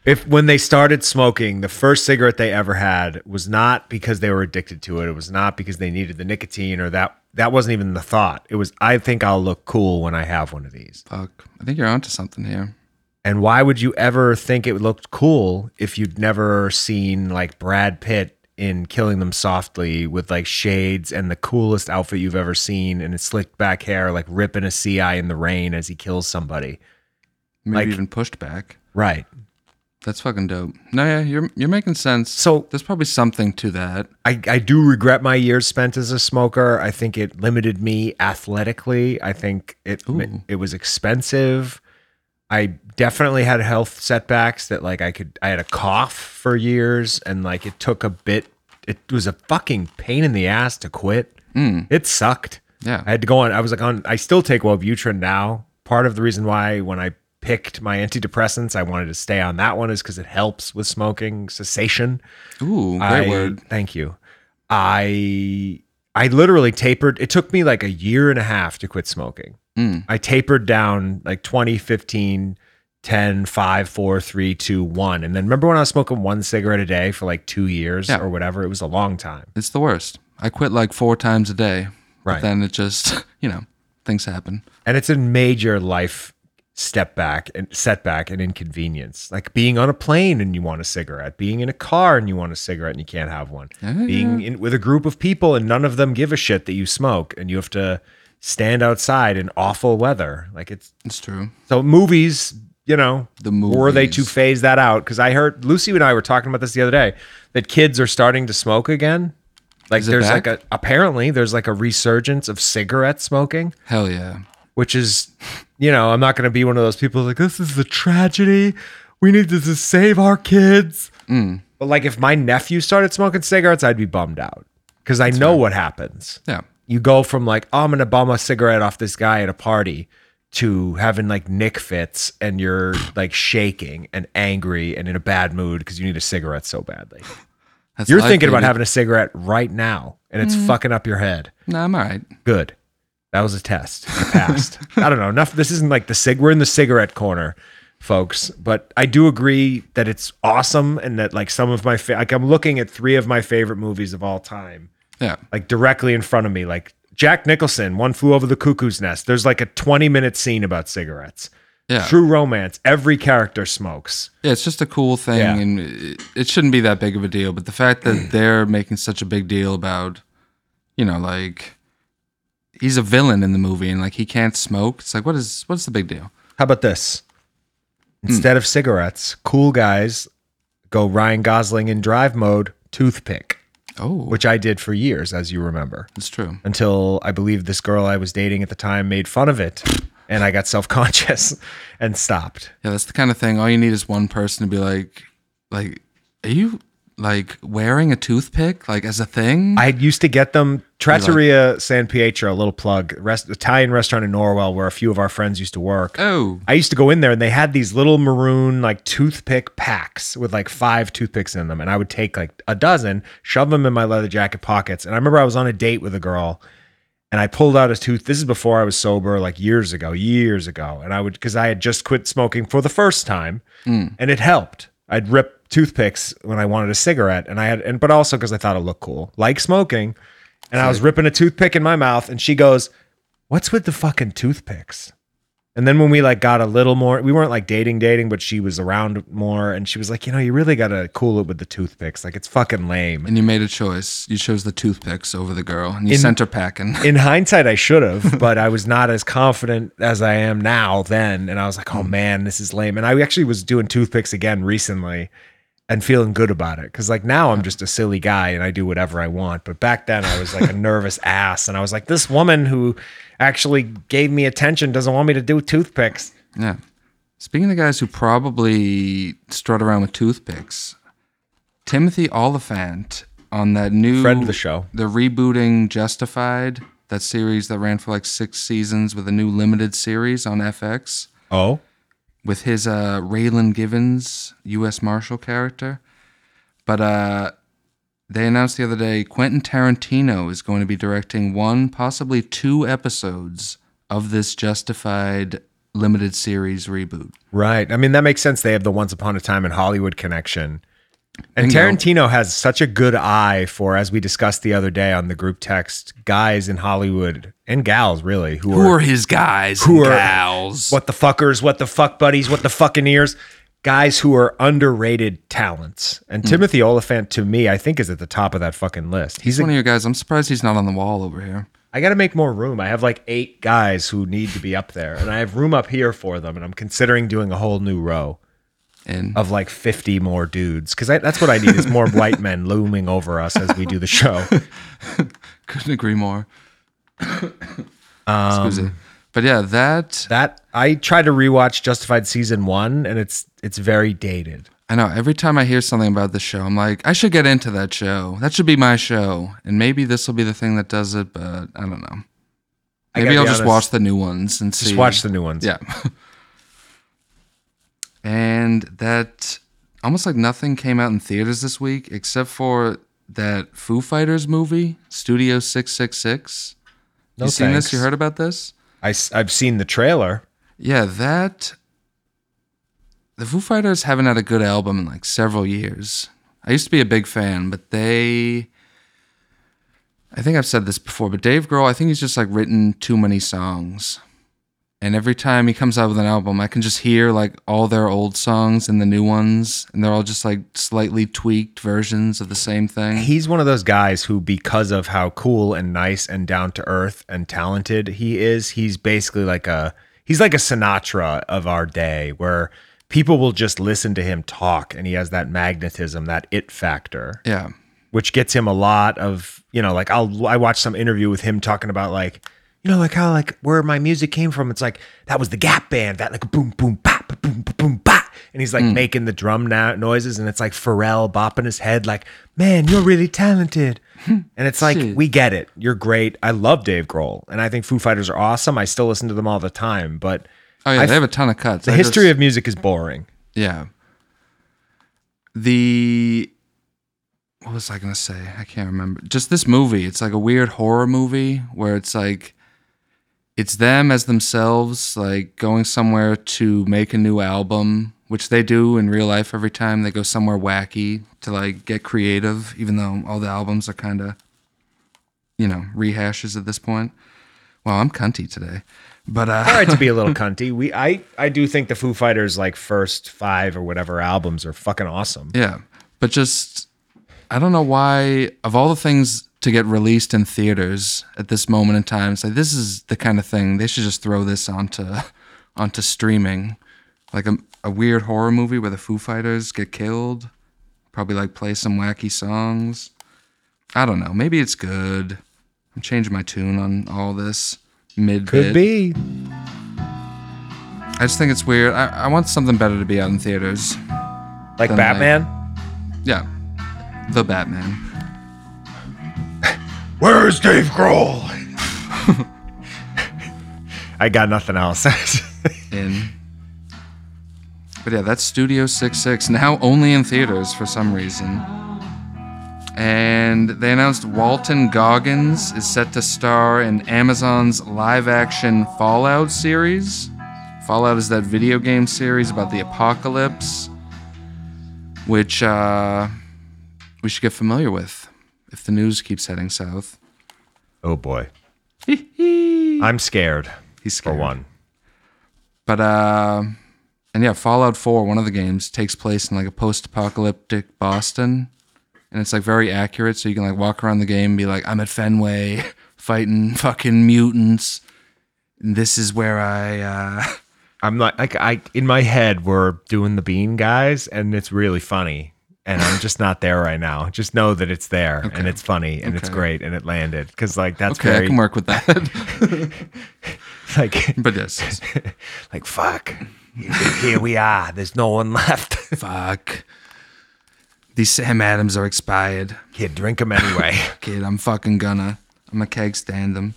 if when they started smoking, the first cigarette they ever had was not because they were addicted to it. It was not because they needed the nicotine or that that wasn't even the thought. It was I think I'll look cool when I have one of these.
Fuck. I think you're onto something here.
And why would you ever think it looked cool if you'd never seen like Brad Pitt in Killing Them Softly with like shades and the coolest outfit you've ever seen and his slicked back hair, like ripping a CI in the rain as he kills somebody?
Maybe
Like-
even pushed back.
Right.
That's fucking dope. No, yeah, you're you're making sense.
So-
there's probably something to that.
I, I do regret my years spent as a smoker. I think it limited me athletically. I think it
Ooh.
it was expensive. I definitely had health setbacks that like I could I had a cough for years and like it took a bit it was a fucking pain in the ass to quit. It sucked.
Hmm. Yeah.
I had to go on I was like on I still take Wellbutrin now. Part of the reason why when I picked my antidepressants I wanted to stay on that one is cuz it helps with smoking cessation.
Ooh, great
I-
word.
Thank you. I I literally tapered. It took me like a year and a half to quit smoking.
Mm.
I tapered down like 20, 15, 10, 5, 4, 3, 2, 1. And then remember when I was smoking one cigarette a day for like two years
Yeah.
or whatever? It was a long time.
It's the worst. I quit like four times a day.
Right.
But then it just, <laughs> you know, things happen.
and it's a major life step back and setback and inconvenience like being on a plane and you want a cigarette being in a car and you want a cigarette and you can't have one
Oh,
being in, with a group of people and none of them give a shit that you smoke and you have to stand outside in awful weather like it's
It's true.
so movies, you know,
The
were they
movies.
to phase that out? Because I heard Lucy and I were talking about this the other day that kids are starting to smoke again. Like
Is it
there's
back?
like a apparently there's like a resurgence of cigarette smoking,
Hell yeah.
which is, you know, I'm not going to be one of those people like this is the tragedy. We need to just save our kids.
Mm.
But like if my nephew started smoking cigarettes, I'd be bummed out because I know what happens
Yeah.
you go from like oh, I'm gonna bum a cigarette off this guy at a party to having like nick fits and
<sighs>
you're like shaking and angry and in a bad mood because you need a cigarette so badly.
That's
You're
life,
thinking about
baby. Mm.
having a cigarette right now and it's fucking up your head.
No, I'm all right.
Good. That was a test. You passed. I don't know. Enough. This isn't like the cig. We're in the cigarette corner, folks. But I do agree that it's awesome and that like some of my fa- like I'm looking at three of my favorite movies of all time
Yeah.
like directly in front of me. Like Jack Nicholson, One Flew Over the Cuckoo's Nest. There's like a 20 minute scene about cigarettes.
Yeah.
True romance. Every character smokes.
Yeah, it's just a cool thing,
Yeah.
and it, it shouldn't be that big of a deal. But the fact
<clears throat>
that they're making such a big deal about, you know, like he's a villain in the movie, and like he can't smoke. It's like, what is what's the big deal?
How about this? Instead of cigarettes, cool guys go Ryan Gosling in drive mode, toothpick,
Oh,
which I did for years, as you remember,
it's true.
until I believe this girl I was dating at the time made fun of it. And I got self conscious <laughs> and stopped.
Yeah, that's the kind of thing. All you need is one person to be like, like, are you like wearing a toothpick like as a thing?
I used to get them Trattoria San Pietro, a little plug, rest, Italian restaurant in Norwell where a few of our friends used to work.
oh,
I used to go in there and they had these little maroon like toothpick packs with like five toothpicks in them. And I would take like a dozen, shove them in my leather jacket pockets. And I remember I was on a date with a girl and I pulled out a tooth. This is before I was sober, like years ago, years ago. And I would, because I had just quit smoking for the first time and it helped. I'd rip toothpicks when I wanted a cigarette. And I had, and but also because I thought it looked cool, like smoking. And I was ripping a toothpick in my mouth. And she goes, What's with the fucking toothpicks? And then when we like got a little more, we weren't like dating, dating, but she was around more, and she was like, you know, you really gotta cool it with the toothpicks. Like it's fucking lame.
And you made a choice. You chose the toothpicks over the girl, and you
In-
sent her packing. <laughs>
In hindsight, I should have, but I was not as confident as I am now then. And I was like, oh man, this is lame. And I actually was doing toothpicks again recently and feeling good about it. Cause like now I'm just a silly guy and I do whatever I want. But back then I was like a nervous ass. And I was like, this woman who actually gave me attention doesn't want me to do toothpicks.
yeah. Speaking of guys who probably strut around with toothpicks, Timothy Oliphant on that new
Friend of the show.
the rebooting Justified, that series that ran for like six seasons with a new limited series on FX.
Oh,
with his uh Raylan Givens US Marshal character. But uh they announced the other day Quentin Tarantino is going to be directing one, possibly two episodes of this Justified limited series reboot.
right. I mean, that makes sense. They have the Once Upon a Time in Hollywood connection. And
Bingo.
Tarantino has such a good eye for, as we discussed the other day on the group text, guys in Hollywood and gals, really, who,
Who
are,
are his guys?
Who
Who
are-
gals?
what the fuckers, what the fuck buddies, what the fucking ears, guys who are underrated talents. And Timothy Oliphant, to me, I think is at the top of that fucking list. He's
He's
a,
one of your guys. I'm surprised he's not on the wall over here.
I got to make more room. I have like eight guys who need to be up there, and I have room up here for them. And I'm considering doing a whole new row.
And
of like 50 more dudes because that's what i need is more white men looming over us as we do
<laughs>
the show
couldn't agree more. Excuse me. But yeah, that
Um, that i tried to rewatch justified season one and it's it's very dated
I know. Every time I hear something about the show, I'm like, I should get into that show. That should be my show. And maybe this will be the thing that does it, but I don't know.
I
Maybe
gotta
I'll
be
just
honest,
watch the new ones and see.
just watch the new
<laughs>
ones
Yeah. and that almost like nothing came out in theaters this week except for that Foo Fighters movie, Studio 666.
no
you seen this? You
thanks.
heard about this?
I, s- i've seen the trailer
Yeah, that. The Foo Fighters haven't had a good album in like several years. I used to be a big fan, but they. I think I've said this before, but Dave Grohl, I think he's just like written too many songs. And every time he comes out with an album, I can just hear like all their old songs and the new ones, and they're all just like slightly tweaked versions of the same thing.
he's one of those guys who because of how cool and nice and down to earth and talented he is he's basically like a he's like a sinatra of our day where people will just listen to him talk and he has that magnetism that it factor
yeah.
which gets him a lot of you know like I'll I watched some interview with him talking about like you know like how like where my music came from it's like that was the Gap band that like boom boom pop boom boom, boom pop and he's like
Hmm.
making the drum na- noises and it's like Pharrell bopping his head like man you're really talented and it's like
Shit.
we get it you're great I love Dave Grohl and I think Foo Fighters are awesome I still listen to them all the time but
Oh, yeah,
I
they
f-
have a ton of cuts.
the
I
history
just-
of music is boring
Yeah. The what was I gonna say? I can't remember. Just this movie. It's like a weird horror movie where it's like it's them as themselves, like going somewhere to make a new album, which they do in real life every time. They go somewhere wacky to like get creative, even though all the albums are kind of, you know, rehashes at this point. Well, I'm cunty today, but uh,
all right to be a little cunty. We I I do think the Foo Fighters like first five or whatever albums are fucking awesome.
Yeah. But just, I don't know why, of all the things to get released in theaters at this moment in time, it's like, this is the kind of thing they should just throw this onto, <laughs> onto streaming. Like a, a weird horror movie where the Foo Fighters get killed. Probably like play some wacky songs. I don't know. Maybe it's good. I'm changing my tune on all this mid
Could be.
I just think it's weird. I, I want something better to be out in theaters. Then,
Like
like-
Batman.
Yeah. The Batman.
Where's Dave Grohl? <laughs> I got nothing else. <laughs>
in. But yeah, that's Studio 66, now only in theaters for some reason. And they announced Walton Goggins is set to star in Amazon's live action Fallout series. Fallout is that video game series about the apocalypse, which uh, we should get familiar with if the news keeps heading south. <laughs>
oh boy. I'm scared
He's scared.
for one.
But uh, and yeah, Fallout Four, one of the games, takes place in like a post-apocalyptic Boston, and it's like very accurate. So you can like walk around the game and be like, I'm at Fenway <laughs> fighting fucking mutants. And this is where I. Uh, <laughs>
I'm not like I in my head we're doing the bean guys and it's really funny. And I'm just not there right now. Just know that it's there and it's funny and it's great and it landed because like that's
okay, I
very
can work with that.
<laughs>
<laughs>
like
but yes,
like fuck. Here we are. There's no one left. <laughs>
fuck. These Sam Adams are expired.
Here, drink them <laughs> anyway.
kid. I'm fucking gonna. I'm a keg stand them.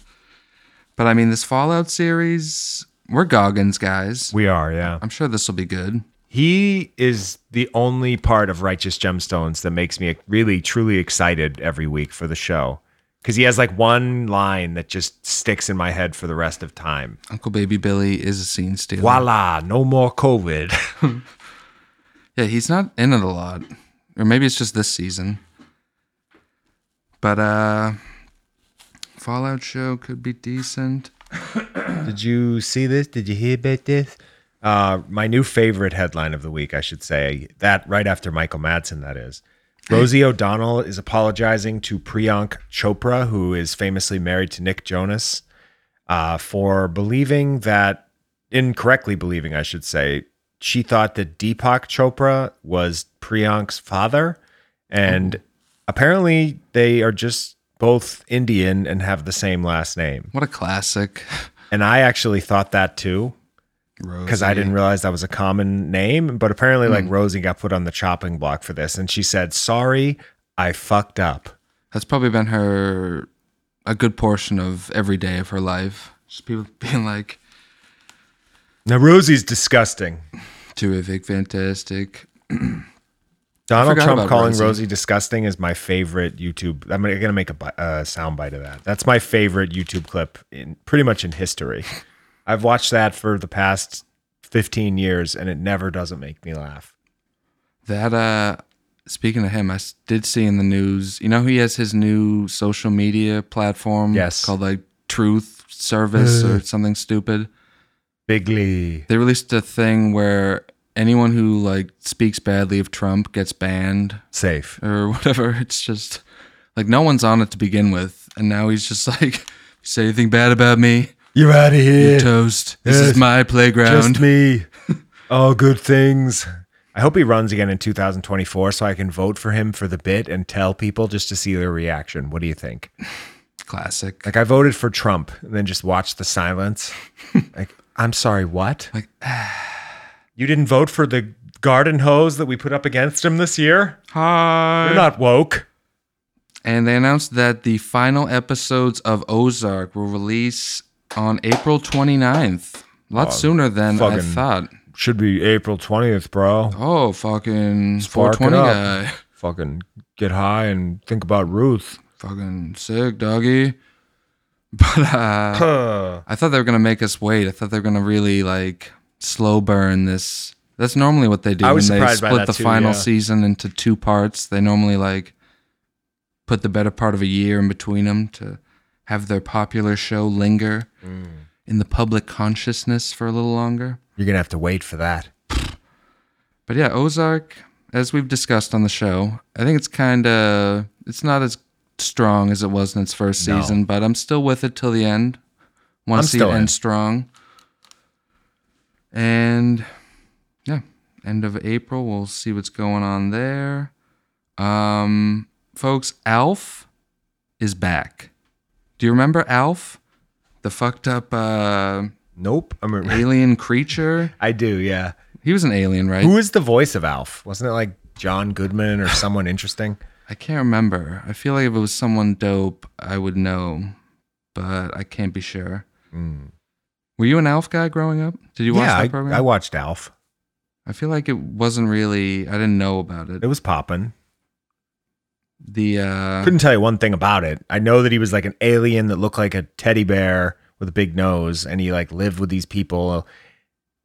But I mean, this Fallout series, we're Goggins guys.
we are, yeah.
I'm sure this will be good.
He is the only part of Righteous Gemstones that makes me really truly excited every week for the show because he has like one line that just sticks in my head for the rest of time.
Uncle Baby Billy is a scene stealer.
Voila, no more COVID. <laughs>
Yeah, he's not in it a lot. Or maybe it's just this season. But uh Fallout show could be decent.
Did you see this? Did you hear about this? Uh, my new favorite headline of the week, I should say. That right after Michael Madsen, that is. Rosie O'Donnell is apologizing to Priyank Chopra, who is famously married to Nick Jonas, uh, for believing that, incorrectly believing, I should say, she thought that Deepak Chopra was Priyank's father. And apparently they are just both Indian and have the same last name.
What a classic. <laughs>
And I actually thought that too because I
Rosie. Hmm.
didn't realize that was a common name. But apparently, like Rosie got put on the chopping block for this, and she said, "Sorry, I fucked up."
That's probably been her a good portion of every day of her life. Just people <laughs> being like,
Now Rosie's disgusting.
terrific, fantastic.
Donald
forgot
Trump
about
calling
Rosie.
Rosie. disgusting is my favorite YouTube. I'm gonna gonna make a bi- uh, soundbite of that. That's my favorite YouTube clip in pretty much in history. <laughs> I've watched that for the past 15 years, and it never doesn't make me laugh.
That uh speaking of him, I s- did see in the news. You know he has his new social media platform
Yes. Uh.
called like Truth Service or something stupid.
Bigly.
They released a thing where anyone who like speaks badly of Trump gets banned
Safe.
or <laughs> whatever. It's just like no one's on it to begin with and now he's just <laughs> like "You say anything bad about me,
You're out of here.
you're toast. This is
Yes.
my playground.
Just <laughs> me. All good things. I hope he runs again in 2024 so I can vote for him for the bit and tell people just to see their reaction. What do you think?
Classic.
Like I voted for Trump and then just watch the <laughs> silence. like I'm sorry, what? <sighs>
Like,
you didn't vote for the garden hose that we put up against him this year?
Hi.
You're not woke.
And they announced that the final episodes of Ozark will release on April 29th. A lot sooner than I
fucking-
thought.
Should be April 20th, bro.
Oh, fucking uh,
Spark it
420
up.
guy.
Fucking get high and think about Ruth.
Fucking sick, doggy. <laughs> But uh, I thought they were going to make us wait. I thought they were going to really like slow burn this. That's normally what they do
I
when
was
they
surprised by
split
that
the
too,
final
yeah.
season into two parts. They normally like put the better part of a year in between them to have their popular show linger
Mm.
in the public consciousness for a little longer.
You're going to have to wait for that.
But yeah, Ozark, as we've discussed on the show, I think it's kind of it's not as strong as it was in its first
No.
season, but I'm still with it till the end. Want
I'm
to see it
still in.
end strong. And yeah, end of April, we'll see what's going on there. Um, folks, Alf is back. Do you remember Alf? The fucked up
<laughs>
uh,
Nope. I <laughs> mean,
alien creature.
I do, yeah.
He was an alien, right?
Who is the voice of Alf? Wasn't it like John Goodman or
<laughs>
someone interesting?
I can't remember. I feel like if it was someone dope, I would know, but I can't be sure. Were you an Alf guy growing up? Did Mm. you watch
yeah,
that
I,
program?
I watched Alf.
I feel like it wasn't really. I didn't know about it.
It was poppin'.
The uh,
Couldn't tell you one thing about it. I know that he was like an alien that looked like a teddy bear with a big nose, and he like lived with these people,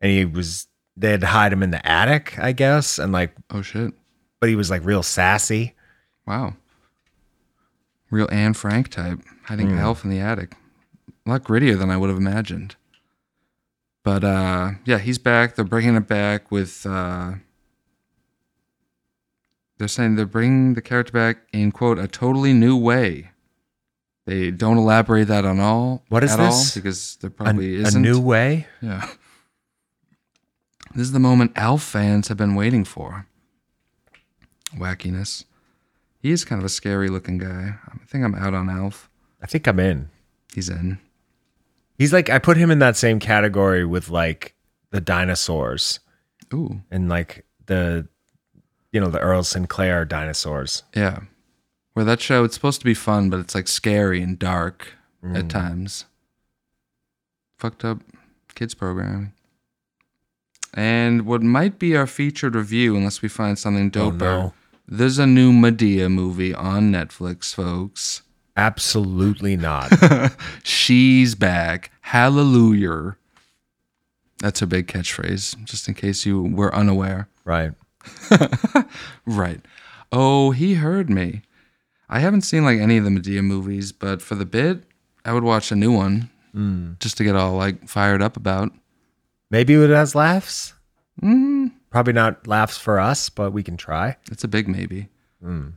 and he was they had to hide him in the attic, I guess, and like,
oh shit!
but he was like real sassy.
Wow, real Anne Frank
Hmm.
type hiding Alf in the attic. A lot grittier than I would have imagined. But uh, yeah, he's back. They're bringing it back with. Uh, they're saying they're bringing the character back in quote a totally new way. They don't elaborate that on all.
What is
at
this?
All because there
A,
probably
a
isn't
new way?
yeah. This is the moment Alf fans have been waiting for. Wackiness. He is kind of a scary looking guy. I think I'm out on Alf.
I think I'm in.
He's in.
He's like I put him in that same category with like the dinosaurs
Ooh.
and like the you know the Earl Sinclair dinosaurs.
Yeah. Where that show, it's supposed to be fun, but it's like scary and dark
Mm.
at times. Fucked up kids programming. And what might be our featured review, unless we find something
Oh,
doper,
no.
there's a new Medea movie on Netflix, folks. <laughs>
Absolutely not.
She's back. Hallelujah. That's a big catchphrase, just in case you were unaware.
right.
Right. Oh, he heard me. I haven't seen like any of the Medea movies, but for the bit, I would watch a new one
Mm.
just to get all like fired up about.
Maybe it has laughs.
Mm-hmm.
Probably not laughs for us, but we can try.
It's a big maybe.
Mm.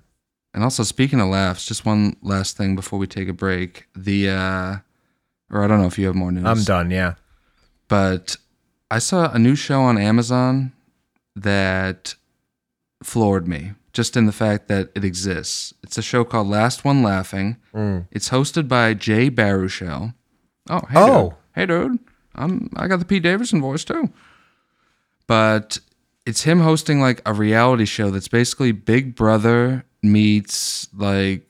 And also, speaking of laughs, just one last thing before we take a break. The, uh, or I don't know if you have more news.
I'm done. Yeah.
but I saw a new show on Amazon that floored me just in the fact that it exists. It's a show called Last One Laughing. It's hosted by Jay Baruchel. Oh, hey,
Oh.
dude. hey, dude. I'm I got the Pete Davidson voice too. But it's him hosting like a reality show that's basically Big Brother meets like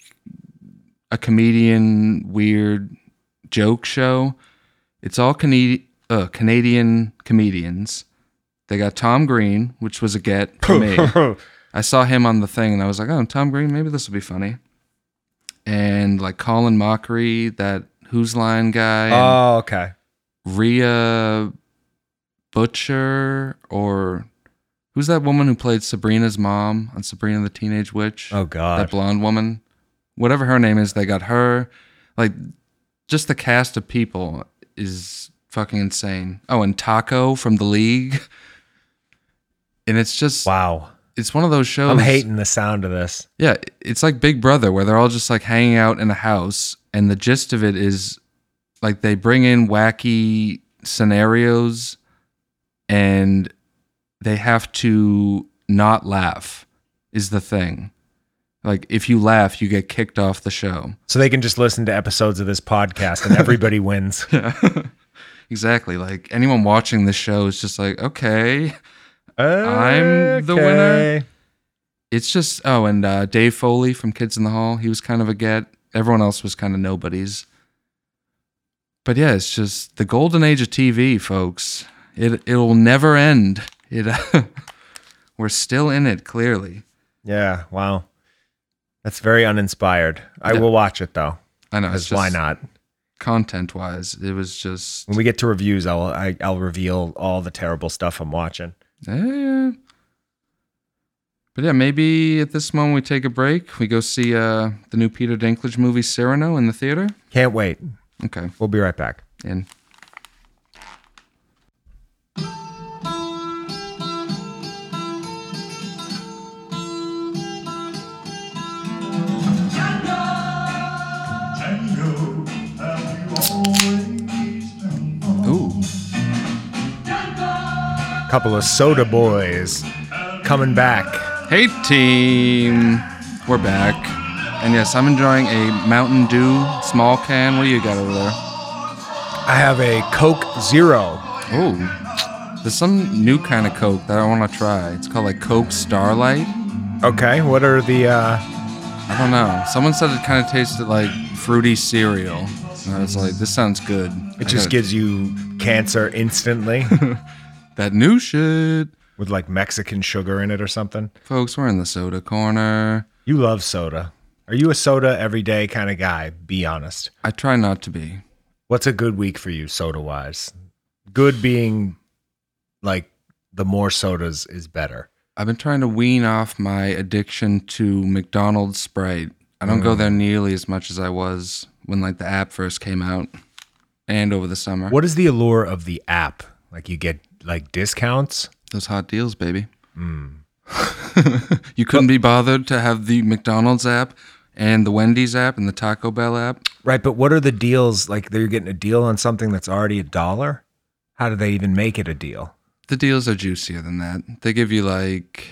a comedian weird joke show. It's all Canadi- uh, Canadian comedians. They got Tom Green, which was a get for me. I saw him on the thing and I was like, oh, Tom Green, maybe this will be funny. And like Colin Mockery, that Who's Line guy, and
Oh, okay.
Rhea Butcher, or who's that woman who played Sabrina's mom on Sabrina the Teenage Witch?
Oh
that
God.
blonde woman, whatever her name is, they got her. Like, just the cast of people is fucking insane. Oh, and Taco from the league. And it's just,
Wow.
it's one of those shows.
I'm hating the sound of this.
Yeah, it's like Big Brother, where they're all just like hanging out in a house. And the gist of it is like they bring in wacky scenarios and they have to not laugh, is the thing. Like, if you laugh, you get kicked off the show.
So they can just listen to episodes of this podcast
<laughs>
and everybody wins.
Exactly. Like, anyone watching this show is just like, okay.
I'm
the winner. It's just, oh, and uh, Dave Foley from Kids in the Hall, he was kind of a get. Everyone else was kind of nobodies. But yeah, it's just the golden age of TV, folks. It it'll never end. It <laughs> we're still in it, clearly.
Yeah. Wow. That's very uninspired. I will watch it though.
I know. It's
Because
just,
why not?
Content wise, it was just
When we get to reviews, I'll I, I'll reveal all the terrible stuff I'm watching.
eh. But yeah, maybe at this moment we take a break. We go see uh, the new Peter Dinklage movie Cyrano in the theater.
Can't wait.
Okay,
We'll be right back.
in. Ooh.
Couple of soda boys coming back.
Hey team, we're back, and yes, I'm enjoying a Mountain Dew small can. What do you got over there?
I have a Coke Zero.
Oh, there's some new kind of Coke that I want to try. It's called like Coke Starlight.
Okay. What are the? uh
I don't know. Someone said it kind of tasted like fruity cereal, and I was like, this sounds good. I
It just
gotta-
gives you cancer <laughs> instantly
that new shit,
with like Mexican sugar in it or something.
folks. We're in the soda corner.
You love soda. Are you a soda everyday kind of guy? Be honest.
I try not to be.
What's a good week for you soda wise? Good being like the more sodas is better.
I've been trying to wean off my addiction to McDonald's Sprite. I don't
Mm.
go there nearly as much as I was when like the app first came out, and over the summer.
What is the allure of the app? Like you get like discounts.
Those hot deals, baby.
Mm.
<laughs> you couldn't be bothered to have the McDonald's app and the Wendy's app and the Taco Bell app.
Right, but what are the deals? Like they're getting a deal on something that's already a dollar? How do they even make it a deal?
The deals are juicier than that. They give you like,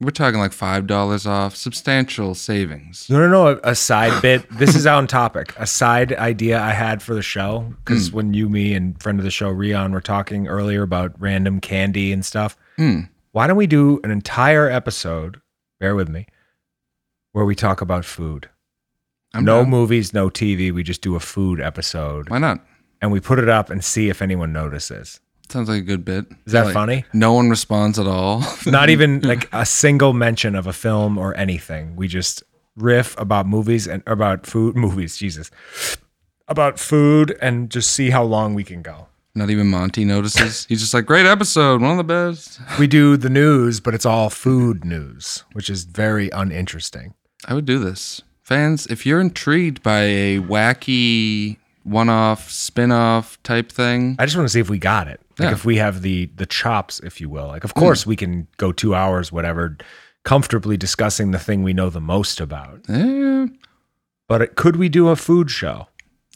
we're talking like $5 off, substantial savings.
No, no, no. A, a side bit. This is on topic. A side idea I had for the show because when you, me, and friend of the show Rion were talking earlier about random candy and stuff,
Hmm.
why don't we do an entire episode? Bear with me, where we talk about food.
I'm
no
down.
movies, no TV. We just do a food episode
Why not?
and we put it up and see if anyone notices.
Sounds like a good bit.
Is that
Like,
funny?
No one responds at all. <laughs>
Not even like a single mention of a film or anything. We just riff about movies and about food <laughs> movies, Jesus. About food and just see how long we can go.
Not even Monty notices. He's just like, great episode, one of the best.
We do the news, but it's all food news, which is very uninteresting.
I would do this. Fans, if you're intrigued by a wacky one off, spin off type thing,
I just want to see if we got it. Like
Yeah.
if we have the the chops, if you will. Like of course we can go 2 hours whatever comfortably discussing the thing we know the most about.
eh,
But it, could we do a food show?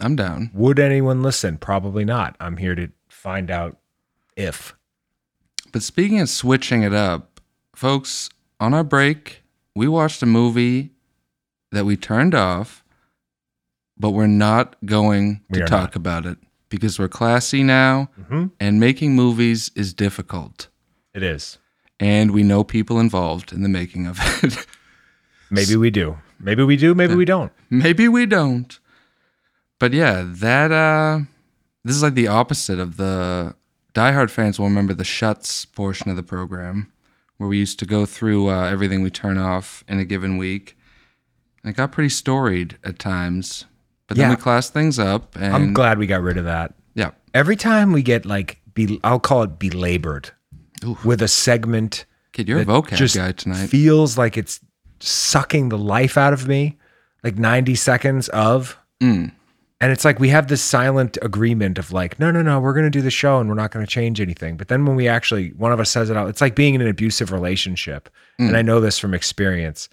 I'm down.
Would anyone listen? Probably not. I'm here to find out if.
But speaking of switching it up, folks, on our break, we watched a movie that we turned off, but we're not going
We
to
are
talk about it because we're classy now
Mhm.
and making movies is difficult.
It is.
And we know people involved in the making of it. <laughs>
Maybe we do. Maybe we do. Maybe we don't.
Maybe we don't. But yeah, that uh this is like the opposite of the diehard fans will remember the shuts portion of the program where we used to go through uh, everything we turn off in a given week. And it got pretty storied at times. But then
Yeah.
we classed things up and
I'm glad we got rid of that.
yeah.
Every time we get like, be, I'll call it belabored with a segment
Kid, you're a
that
vocab
just
guy tonight.
feels like it's sucking the life out of me, like 90 seconds of.
Mm.
And it's like we have this silent agreement of like, no, no, no, we're going to do the show and we're not going to change anything. But then when we actually, one of us says it out, it's like being in an abusive relationship.
Mm.
And I know this from experience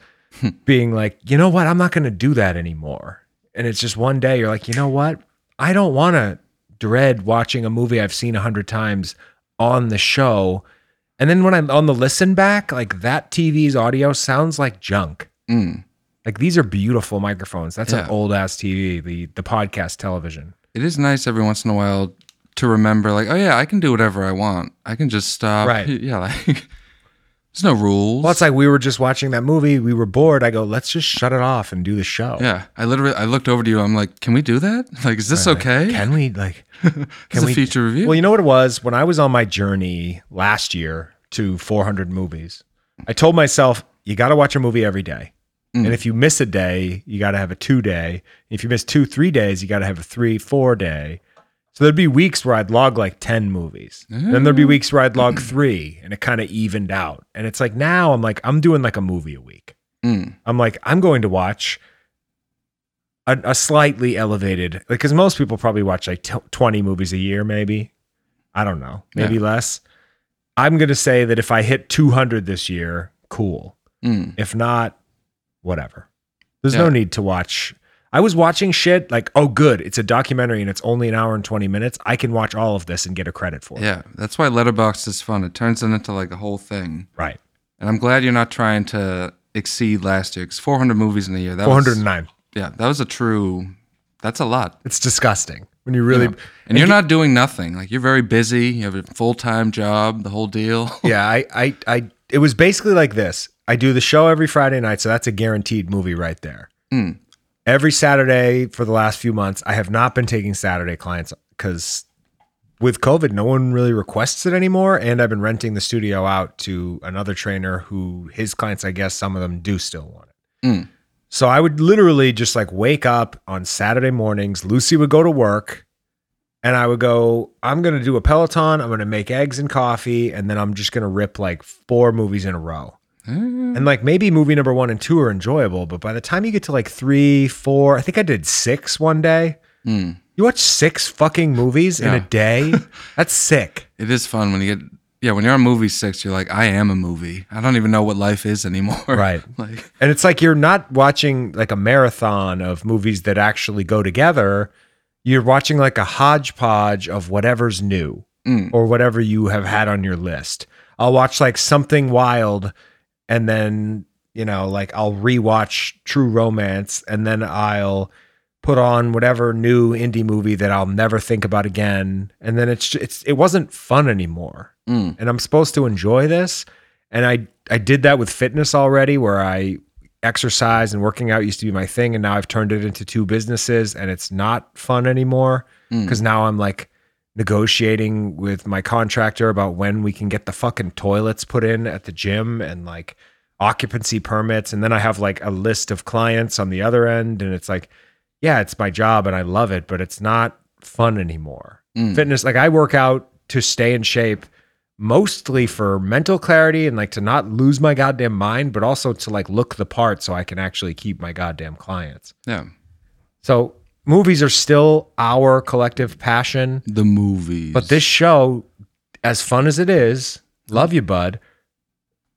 being like, you know what? I'm not going to do that anymore. And it's just one day you're like, you know what? I don't want to dread watching a movie I've seen a hundred times on the show. And then when I'm on the listen back, like that TV's audio sounds like junk.
Mm.
Like these are beautiful microphones. That's
Yeah.
an old ass TV, the the podcast television.
It is nice every once in a while to remember like, oh yeah, I can do whatever I want. I can just stop. <laughs>
Right.
Yeah, like there's no rules.
Well, it's like we were just watching that movie. We were bored. I go, let's just shut it off and do the show.
Yeah, I literally I looked over to you. I'm like, can we do that? <laughs> Like, is this
Like,
okay?
Can we
<laughs>
like? Can
It's a feature review.
Well, you know what it was when I was on my journey last year to 400 movies. I told myself you got to watch a movie every day,
Mm.
and if you miss a day, you got to have a two day. If you miss two, three days, you got to have a three, four day. So there'd be weeks where I'd log like 10 movies. Then
Oh.
there'd be weeks where I'd
<clears throat>
log three and it kind of evened out. And it's like now I'm like, I'm doing like a movie a week.
Mm.
I'm like, I'm going to watch a, a slightly elevated, like, because most people probably watch like t- 20 movies a year, maybe. I don't know, maybe
Yeah.
less. I'm going to say that if I hit 200 this year, cool.
Mm.
If not, whatever. There's
Yeah.
no need to watch. I was watching shit like, oh, good, it's a documentary and it's only an hour and 20 minutes. I can watch all of this and get a credit for it.
Yeah, that's why Letterbox is fun. It turns it into like a whole thing.
Right.
And I'm glad you're not trying to exceed last year. 'cause 400 movies in a year. That Was,
409.
yeah, that was a true. That's a lot.
It's disgusting when you really.
Yeah. And you're not doing nothing. Like you're very busy. You have a full time job. The whole deal.
<laughs> yeah, I, I, I, it was basically like this. I do the show every Friday night, so that's a guaranteed movie right there.
Mm.
Every Saturday for the last few months, I have not been taking Saturday clients because with COVID, no one really requests it anymore. And I've been renting the studio out to another trainer who his clients, I guess, some of them do still want it.
Mm.
So I would literally just like wake up on Saturday mornings. Lucy would go to work and I would go, I'm going to do a Peloton. I'm going to make eggs and coffee. And then I'm just going to rip like four movies in a row.
Eh,
And like maybe movie number one and two are enjoyable. But by the time you get to like three, four, I think I did six one day. You watch six fucking movies in
Yeah.
a day? That's sick.
It is fun when you get yeah when you're on movie six. You're like, I am a movie. I don't even know what life is anymore.
Right.
<laughs> like
And it's like you're not watching like a marathon of movies that actually go together. You're watching like a hodgepodge of whatever's new or whatever you have had on your list. I'll watch like something wild and then, you know, like I'll rewatch True Romance and then I'll put on whatever new indie movie that I'll never think about again. And then it's it's it wasn't fun anymore. And I'm supposed to enjoy this. And I I did that with fitness already where I exercise and working out used to be my thing and now I've turned it into two businesses and it's not fun anymore cuz now I'm like negotiating with my contractor about when we can get the fucking toilets put in at the gym and like occupancy permits and then I have like a list of clients on the other end and it's like yeah, it's my job and I love it, but it's not fun anymore. Fitness, like I work out to stay in shape mostly for mental clarity and like to not lose my goddamn mind, but also to like look the part so I can actually keep my goddamn clients.
yeah,
So movies are still our collective passion,
the movies.
but this show, as fun as it is, love you, bud.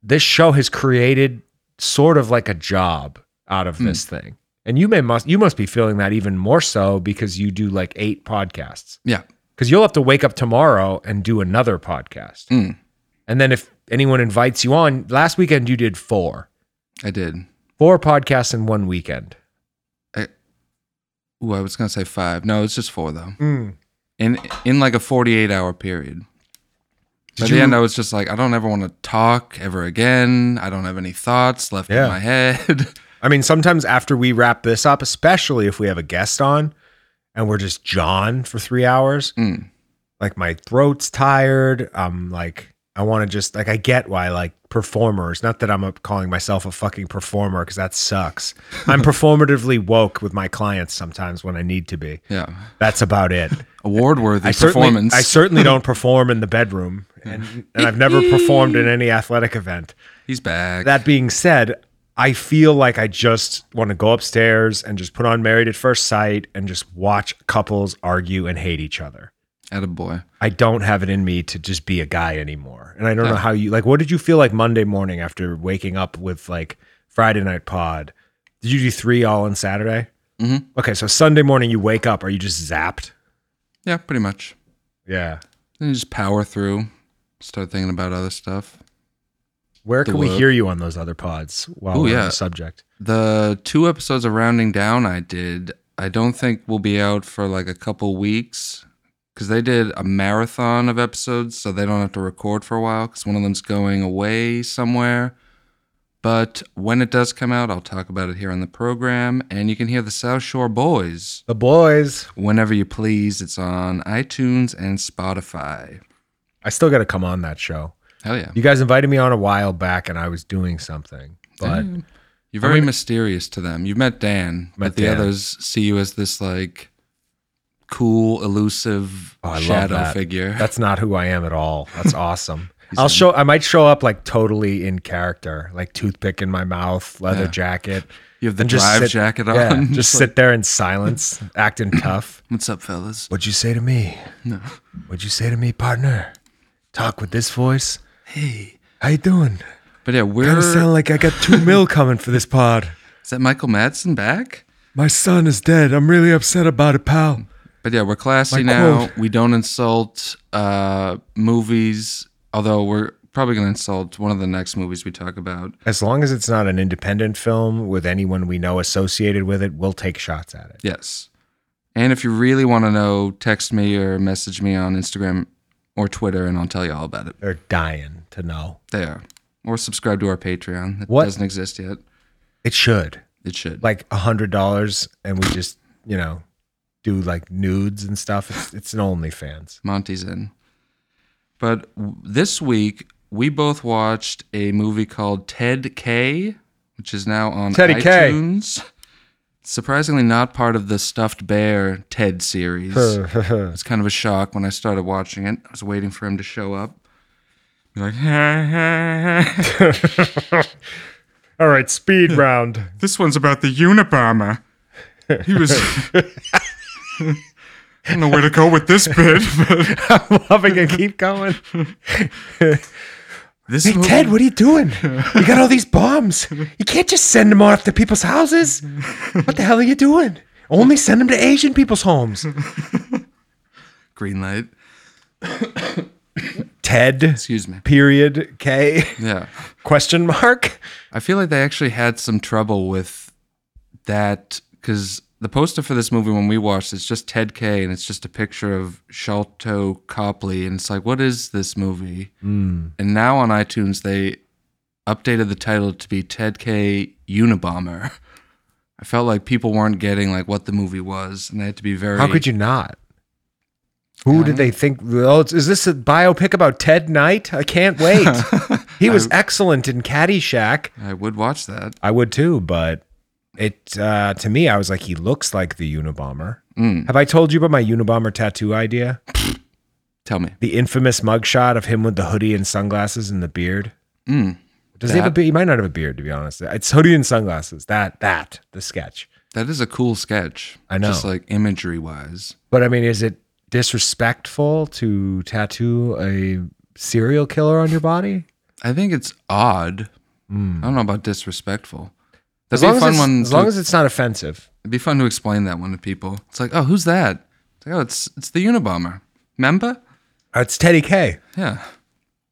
This show has created sort of like a job out of this thing. And you may must you must be feeling that even more so because you do like eight podcasts.
yeah
Because you'll have to wake up tomorrow and do another podcast. And then if anyone invites you on, last weekend you did four.
I did.
Four podcasts in one weekend.
Ooh, I was gonna say five. No, it's just four though.
Hmm.
In in like a forty-eight hour period. By the
you-
end, I was just like, I don't ever want to talk ever again. I don't have any thoughts left
Yeah.
in my head. <laughs>
I mean, sometimes after we wrap this up, especially if we have a guest on and we're just John for three hours, like my throat's tired. I'm like, I want to just, like, I get why, like, performers, not that I'm a, calling myself a fucking performer because that sucks. I'm performatively woke with my clients sometimes when I need to be.
yeah,
That's about it.
award-worthy
I certainly,
performance.
I certainly don't perform in the bedroom, and, and I've never performed in any athletic event.
He's back.
That being said, I feel like I just want to go upstairs and just put on Married at First Sight and just watch couples argue and hate each other.
At a boy.
I don't have it in me to just be a guy anymore. And I don't know how you like what did you feel like Monday morning after waking up with like Friday night pod? Did you do three all on Saturday? Mm-hmm. Okay, so Sunday morning you wake up. Are you just zapped?
Yeah, pretty much.
Yeah.
Then you just power through. Start thinking about other stuff.
Where
The
can we
world.
hear you on those other pods while
Ooh,
we're on
yeah.
the subject?
The two episodes of Rounding Down I did, I don't think will be out for like a couple weeks because they did a marathon of episodes, so they don't have to record for a while because one of them's going away somewhere. But when it does come out, I'll talk about it here on the program. And you can hear the South Shore Boys
The boys.
whenever you please. It's on iTunes and Spotify.
I still got to come on that show.
Hell yeah.
You guys invited me on a while back, and I was doing something. But
You're very mysterious to them. You've met Dan,
Met
but the
Dan.
others see you as this like cool, elusive
oh, I
shadow
love that.
figure.
That's not who I am at all. That's <laughs> awesome. I'll show. I might show up like totally in character, like toothpick in my mouth, leather
Yeah.
jacket.
you have the
and just
drive
sit-
jacket on.
<laughs> yeah,
It's
just
like,
sit there in silence, acting tough.
What's up, fellas?
What'd you say to me? No. What'd you say to me, partner? Talk with this voice.
Hey.
How you doing?
But yeah, we're
Kind of sound like I got two mil coming for this pod.
is that Michael Madsen back?
<laughs> My son is dead. I'm really upset about it, pal.
But yeah, we're classy
My
now.
quote.
We don't insult uh, movies, although we're probably gonna insult one of the next movies we talk about.
As long as it's not an independent film with anyone we know associated with it, we'll take shots at it.
Yes. And if you really want to know, text me or message me on Instagram or Twitter, and I'll tell you all about it.
They're dying to know.
There. Or subscribe to our Patreon. It
What-
doesn't exist yet.
It should.
It should.
Like a hundred dollars and we just, you know, do like nudes and stuff. It's it's an OnlyFans.
Monty's in. But w- this week, we both watched a movie called Ted K, which is now on
Teddy K.
iTunes. Surprisingly, not part of the Stuffed Bear Ted series. It's kind of a shock when I started watching it. I was waiting for him to show up. Be like, <laughs>
<laughs> All right, <laughs> speed round.
this one's about the Unabomber. He was <laughs> I don't know where to go with this bit. But
I'm loving it. Keep <laughs> going.
this
Big
movie-
Ted, what are you doing? You got all these bombs. You can't just send them off to people's houses. What the hell are you doing? Only send them to Asian people's homes.
Green light.
Ted,
Excuse me.
period, K,
Yeah.
question <laughs> mark.
I feel like they actually had some trouble with that because the poster for this movie when we watched it's just Ted K and it's just a picture of Sholto Copley and it's like what is this movie?
Hmm.
And now on iTunes they updated the title to be Ted K Unabomber. I felt like people weren't getting like what the movie was and they had to be very
How could you not? Who did they think? Oh, it's- is this a biopic about Ted Knight? I can't wait. he was excellent in Caddyshack.
I would watch that.
I would too, but it uh, to me, I was like, he looks like the Unabomber. Have I told you about my Unabomber tattoo idea?
Tell me.
The infamous mugshot of him with the hoodie and sunglasses and the beard.
Mm,
Does he have a
That-
beard? He might not have a beard, to be honest. It's hoodie and sunglasses. That that the sketch.
that is a cool sketch.
I know.
Just like imagery wise.
But I mean, is it disrespectful to tattoo a serial killer on your body?
I think it's odd. I don't know about disrespectful.
As
That'd
long
be a fun
Hmm. as, it's,
one.
as
to-
long as it's not offensive.
it'd be fun to explain that one to people. It's like, oh, who's that? It's like, oh, it's it's the Unabomber. Remember?
Uh, It's Teddy K.
Yeah.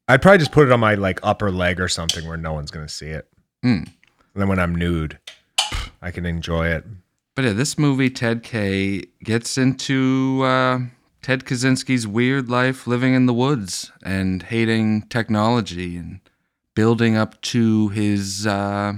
I'd probably just put it on my like upper leg or something where no one's gonna see it.
Mm.
And then when I'm nude, I can enjoy it.
But yeah, this movie Ted K gets into uh, Ted Kaczynski's weird life living in the woods and hating technology and building up to his uh,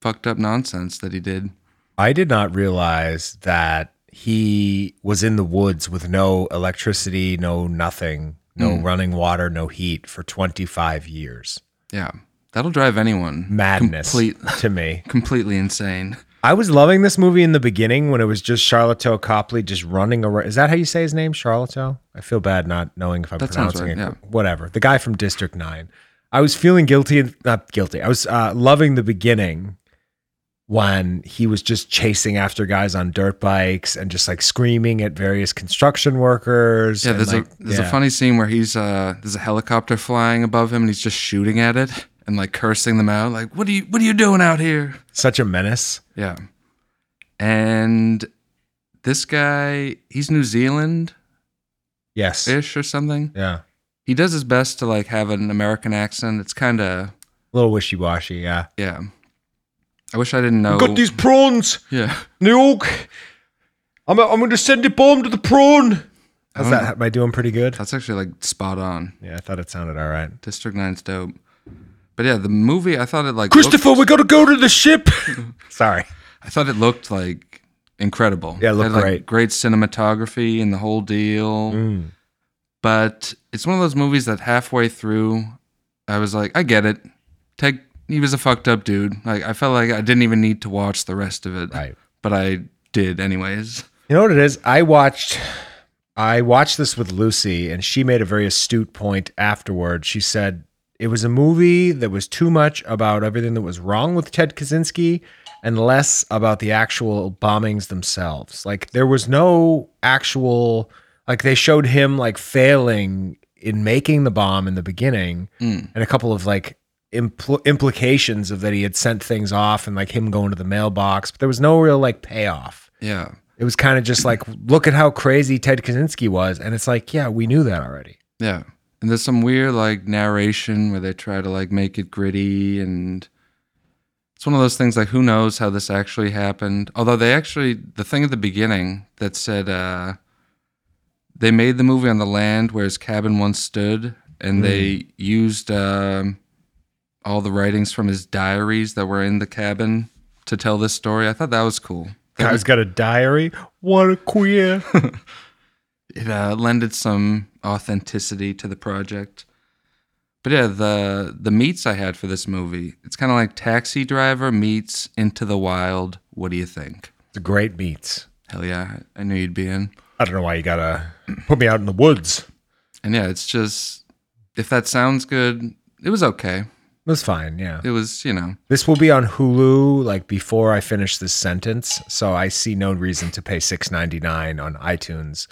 fucked up nonsense that he did.
I did not realize that he was in the woods with no electricity, no nothing, no
Hmm.
running water, no heat for 25 years.
Yeah, that'll drive anyone
Madness
complete,
to me.
completely insane.
I was loving this movie in the beginning when it was just Charlotte Copley just running around. Is that how you say his name, Charlotte? I feel bad not knowing if I'm
That sounds
pronouncing it.
right,
Whatever. The guy from District Nine. I was feeling guilty, not guilty. I was uh, loving the beginning when he was just chasing after guys on dirt bikes and just like screaming at various construction workers.
Yeah,
and,
there's
like,
a there's
yeah.
a funny scene where he's uh there's a helicopter flying above him and he's just shooting at it and like cursing them out like what are you what are you doing out here?
such a menace.
Yeah. And this guy, he's New Zealand
Yes.
ish or something.
Yeah.
He does his best to like have an American accent. It's kind of
A little wishy washy. Yeah.
yeah. I wish I didn't know.
prawns,
Yeah.
New York. I'm, I'm going to send a bomb to the prawn. How's that? Am I doing pretty good?
That's actually like spot on.
Yeah, I thought it sounded all right.
District 9's dope. But yeah, the movie I thought it like
Christopher,
looked-
we gotta go to the ship. <laughs> Sorry.
I thought it looked like incredible.
Yeah, it
Had,
looked
like,
great. Mm.
Great cinematography and the whole deal. But it's one of those movies that halfway through, I was like, I get it. Ted, he was a fucked up dude. Like I felt like I didn't even need to watch the rest of it.
Right.
But I did anyways.
You know what it is? I watched I watched this with Lucy and she made a very astute point afterward. She said it was a movie that was too much about everything that was wrong with Ted Kaczynski and less about the actual bombings themselves. Like there was no actual like they showed him like failing in making the bomb in the beginning and a couple of like impl- implications of that he had sent things off and like him going to the mailbox, but there was no real like payoff.
Yeah.
It was kind of just like, look at how crazy Ted Kaczynski was. And it's like, yeah, we knew that already.
Yeah. And there's some weird like narration where they try to like make it gritty and it's one of those things like who knows how this actually happened. Although they actually the thing at the beginning that said uh they made the movie on the land where his cabin once stood and they used um all the writings from his diaries that were in the cabin to tell this story. I thought that was cool. That was-
got a diary. What a queer.
it uh, lended some authenticity to the project. But yeah, the the meets I had for this movie, it's kind of like Taxi Driver meets Into the Wild. What do you think?
<laughs> the great beats.
Hell yeah, I knew you'd be in.
I don't know why you got to put me out in the woods.
And yeah, it's just if that sounds good, it was okay.
was fine. Yeah.
It was, you know,
This will be on Hulu like before I finish this sentence, so I see no reason to pay $6.99 on iTunes.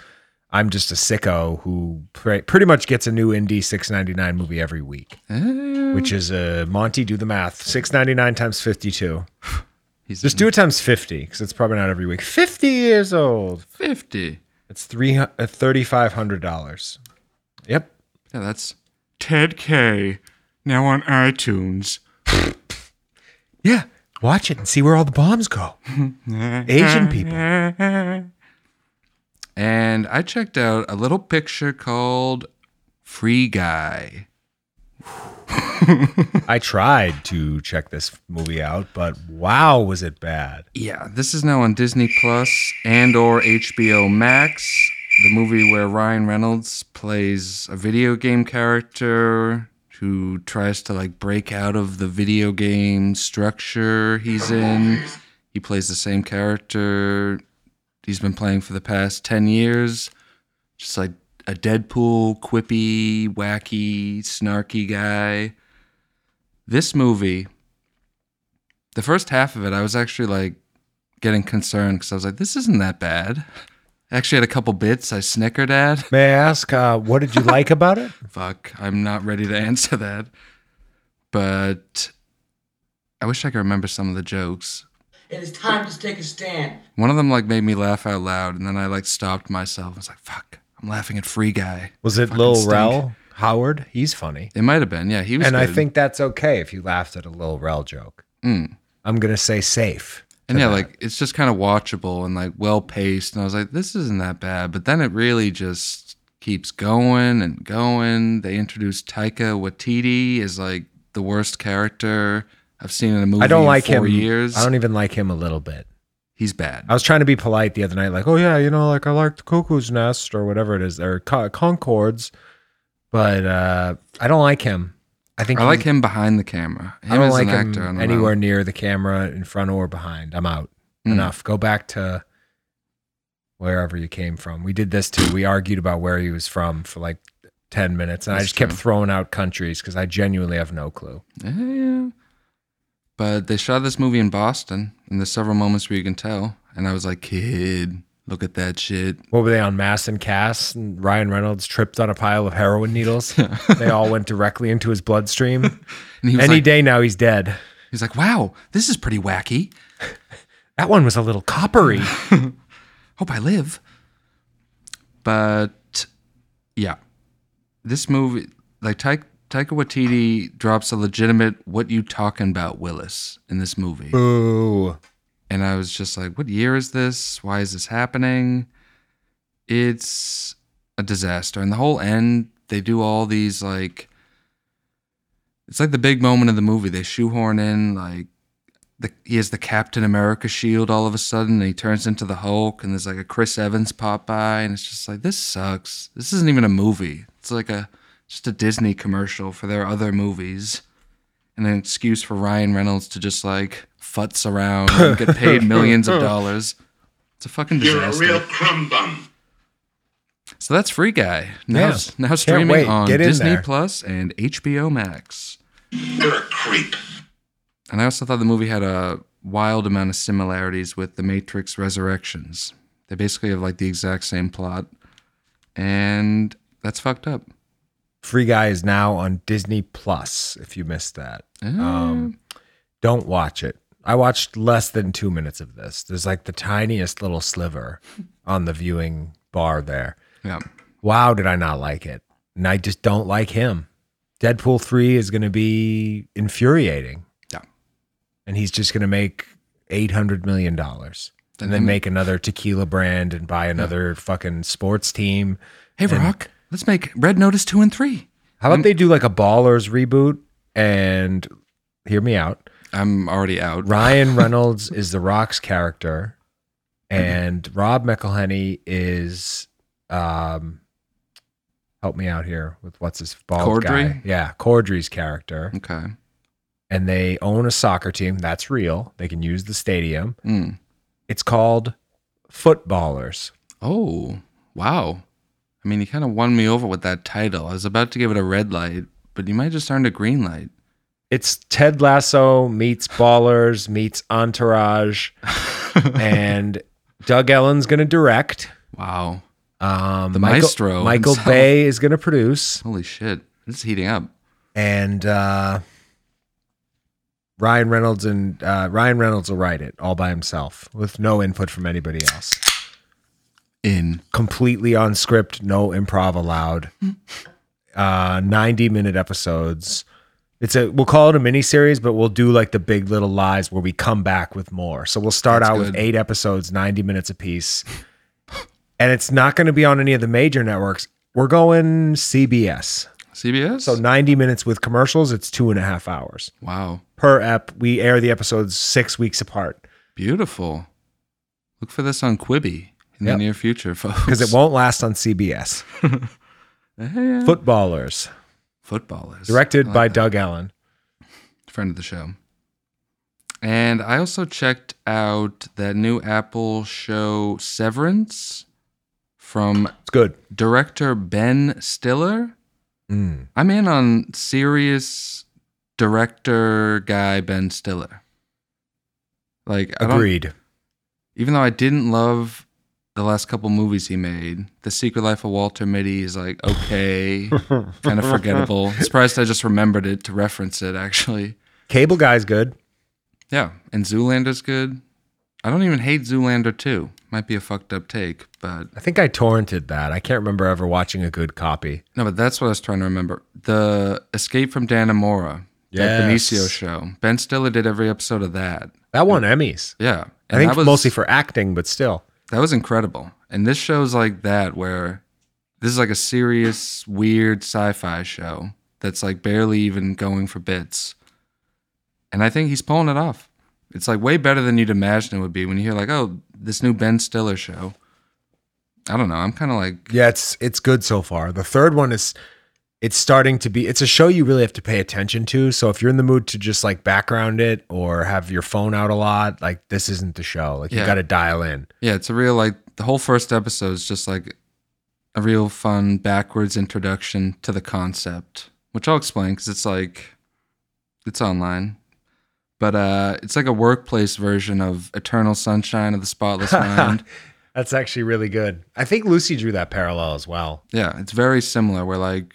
I'm just a sicko who pre- pretty much gets a new indie $6.99 movie every week, which is a Monty do the math $6.99 times <sighs> 52.
he's
Just do it times 50 because it's probably not every week. 50 years old.
fifty.
It's three uh, $3,500. Yep.
Yeah, that's Ted K. Now on iTunes. <laughs>
Yeah. Watch it and see where all the bombs go. <laughs> Asian people.
And I checked out a little picture called Free Guy.
I tried to check this movie out, but wow, was it bad.
Yeah, this is now on Disney Plus and or HBO Max. The movie where Ryan Reynolds plays a video game character who tries to like break out of the video game structure he's in. He plays the same character he's been playing for the past 10 years. Just like a Deadpool, quippy, wacky, snarky guy. This movie the first half of it, I was actually like getting concerned because I was like, this isn't that bad. I actually had a couple bits I snickered at.
May I ask, uh, what did you like about it?
Fuck, I'm not ready to <laughs> answer that. But I wish I could remember some of the jokes.
It is time to take a stand.
One of them like made me laugh out loud, and then I like stopped myself. I was like, fuck, I'm laughing at Free Guy.
<laughs> Was it
Fucking
Lil
stink.
Rel Howard? He's funny.
It might have been, yeah. He was,
And I
good.
think that's okay if you laughed at a Lil Rel joke.
Mm.
I'm going to say safe.
and
to
yeah,
that.
like it's just kind of watchable and like well paced. And I was like, this isn't that bad. But then it really just keeps going and going. They introduced Taika Waititi as like the worst character I've seen in a movie.
I don't
in
like
four
him.
Years,
I don't even like him a little bit.
he's bad.
I was trying to be polite the other night, like, oh yeah, you know, like I liked Cuckoo's Nest or whatever it is, or Co- Concords, but uh, I don't like him. I think
I like
he-
him behind the camera. Him
I don't
as
like
an actor, I
him
don't
anywhere
Know.
near the camera, in front or behind. I'm out.
Mm.
Enough. Go back to wherever you came from. We did this too. We argued about where he was from for like ten minutes, and I
That's
just kept
true.
throwing out countries because I genuinely have no clue.
Yeah, yeah. But they shot this movie in Boston, and there's several moments where you can tell. And I was like, kid, look at that shit.
What were they on Mass and Cass? And Ryan Reynolds tripped on a pile of
<laughs>
heroin needles. they all went directly into his bloodstream.
And <laughs> he was
Any
like,
day now, he's dead.
he's like, wow, this is pretty wacky.
That one was a little coppery.
hope I live. But yeah, this movie, like Ta- Taika Waititi drops a legitimate "What you talking about, Willis?" in this movie,
Ooh.
and I was just like, "What year is this? Why is this happening?" It's a disaster, and the whole end they do all these like, it's like the big moment of the movie. They shoehorn in like the, he has the Captain America shield all of a sudden, and he turns into the Hulk, and there's like a Chris Evans pop by, and it's just like this sucks. This isn't even a movie. It's like a just a Disney commercial for their other movies, and an excuse for Ryan Reynolds to just like futz around and get
<laughs>
paid millions of dollars. It's a fucking disaster.
crumb bum.
so that's Free Guy now.
Yeah.
Now
Can't
streaming
wait.
on
Get in
Disney
there.
Plus and HBO Max.
You're a creep.
And I also thought the movie had a wild amount of similarities with The Matrix Resurrections. They basically have like the exact same plot. And that's fucked up.
Free Guy is now on Disney Plus. If you missed that, um, don't watch it. I watched less than two minutes of this. There's like the tiniest little <laughs> sliver on the viewing bar there.
Yeah.
Wow, did I not like it? And I just don't like him. Deadpool 3 is going to be infuriating.
Yeah.
And he's just going to make $800 million and then make another tequila brand and buy another fucking sports team.
Hey, Rock, let's make Red Notice 2 and 3.
How about they do like a Ballers reboot and hear me out?
I'm already out.
Ryan Reynolds is The Rock's character, and Rob McElhenney is, um, help me out here with what's his bald
Cordry?
guy? Yeah, Cordry's character,
Okay.
and they own a soccer team. That's real. They can use the stadium.
Mm.
It's called Footballers.
Oh, wow. I mean, you kind of won me over with that title. I was about to give it a red light, but you might just earned a green light.
It's Ted Lasso meets Ballers meets
<laughs>
Entourage, and Doug Ellen's going to direct.
Wow.
Um,
The
Michael-
maestro
Michael
himself.
Bay is going to produce,
Holy shit. This is heating up.
and uh, Ryan Reynolds and uh, Ryan Reynolds will write it all by himself with no input from anybody else.
In.
Completely on script, no
<laughs>
improv allowed. Uh, Ninety minute episodes. It's a we'll call it a mini series, but we'll do like the Big Little Lies where we come back with more. So we'll start
That's
out with
good.
eight episodes, ninety minutes apiece, and it's not going to be on any of the major networks. We're going CBS.
CBS?
So 90 minutes with commercials, it's two and a half hours
wow.
per ep. We air the episodes six weeks apart
Beautiful. Look for this on Quibi in
Yep.
the near future, <laughs> folks.
because it won't last on CBS.
Yeah.
Footballers,
Footballers.
directed
I
by
like that.
Doug Allen.
friend of the show. And I also checked out that new Apple show Severance from
It's good.
director Ben Stiller.
Mm,
I'm in on serious director guy Ben Stiller. Like I don't-
Agreed.
even though I didn't love the last couple movies he made, The Secret Life of Walter Mitty is like okay, kind of forgettable. Surprised I just remembered it to reference it actually.
Cable Guy's good.
Yeah, and Zoolander's good. I don't even hate Zoolander 2. Might be a fucked up take, but
I think I torrented that. I can't remember ever watching a good copy.
no, but that's what I was trying to remember. The Escape from Danamora, that
Yes.
Benicio show. Ben Stiller did every episode of that.
That won Emmys.
Yeah.
I think
that was,
mostly for acting, but still.
that was incredible. And this show's like that where this is like a serious, weird sci-fi show that's like barely even going for bits. And I think he's pulling it off. It's like way better than you'd imagine it would be when you hear like, oh, this new Ben Stiller show. I don't know. I'm kind of like,
Yeah, it's it's good so far. The third one is it's starting to be it's a show you really have to pay attention to. So if you're in the mood to just like background it or have your phone out a lot, like this isn't the show. Like you
Yeah.
got to dial in.
yeah, it's a real like the whole first episode is just like a real fun backwards introduction to the concept, which I'll explain because it's like it's online. But uh, it's like a workplace version of Eternal Sunshine of the Spotless Mind.
That's actually really good. I think Lucy drew that parallel as well.
Yeah, it's very similar where like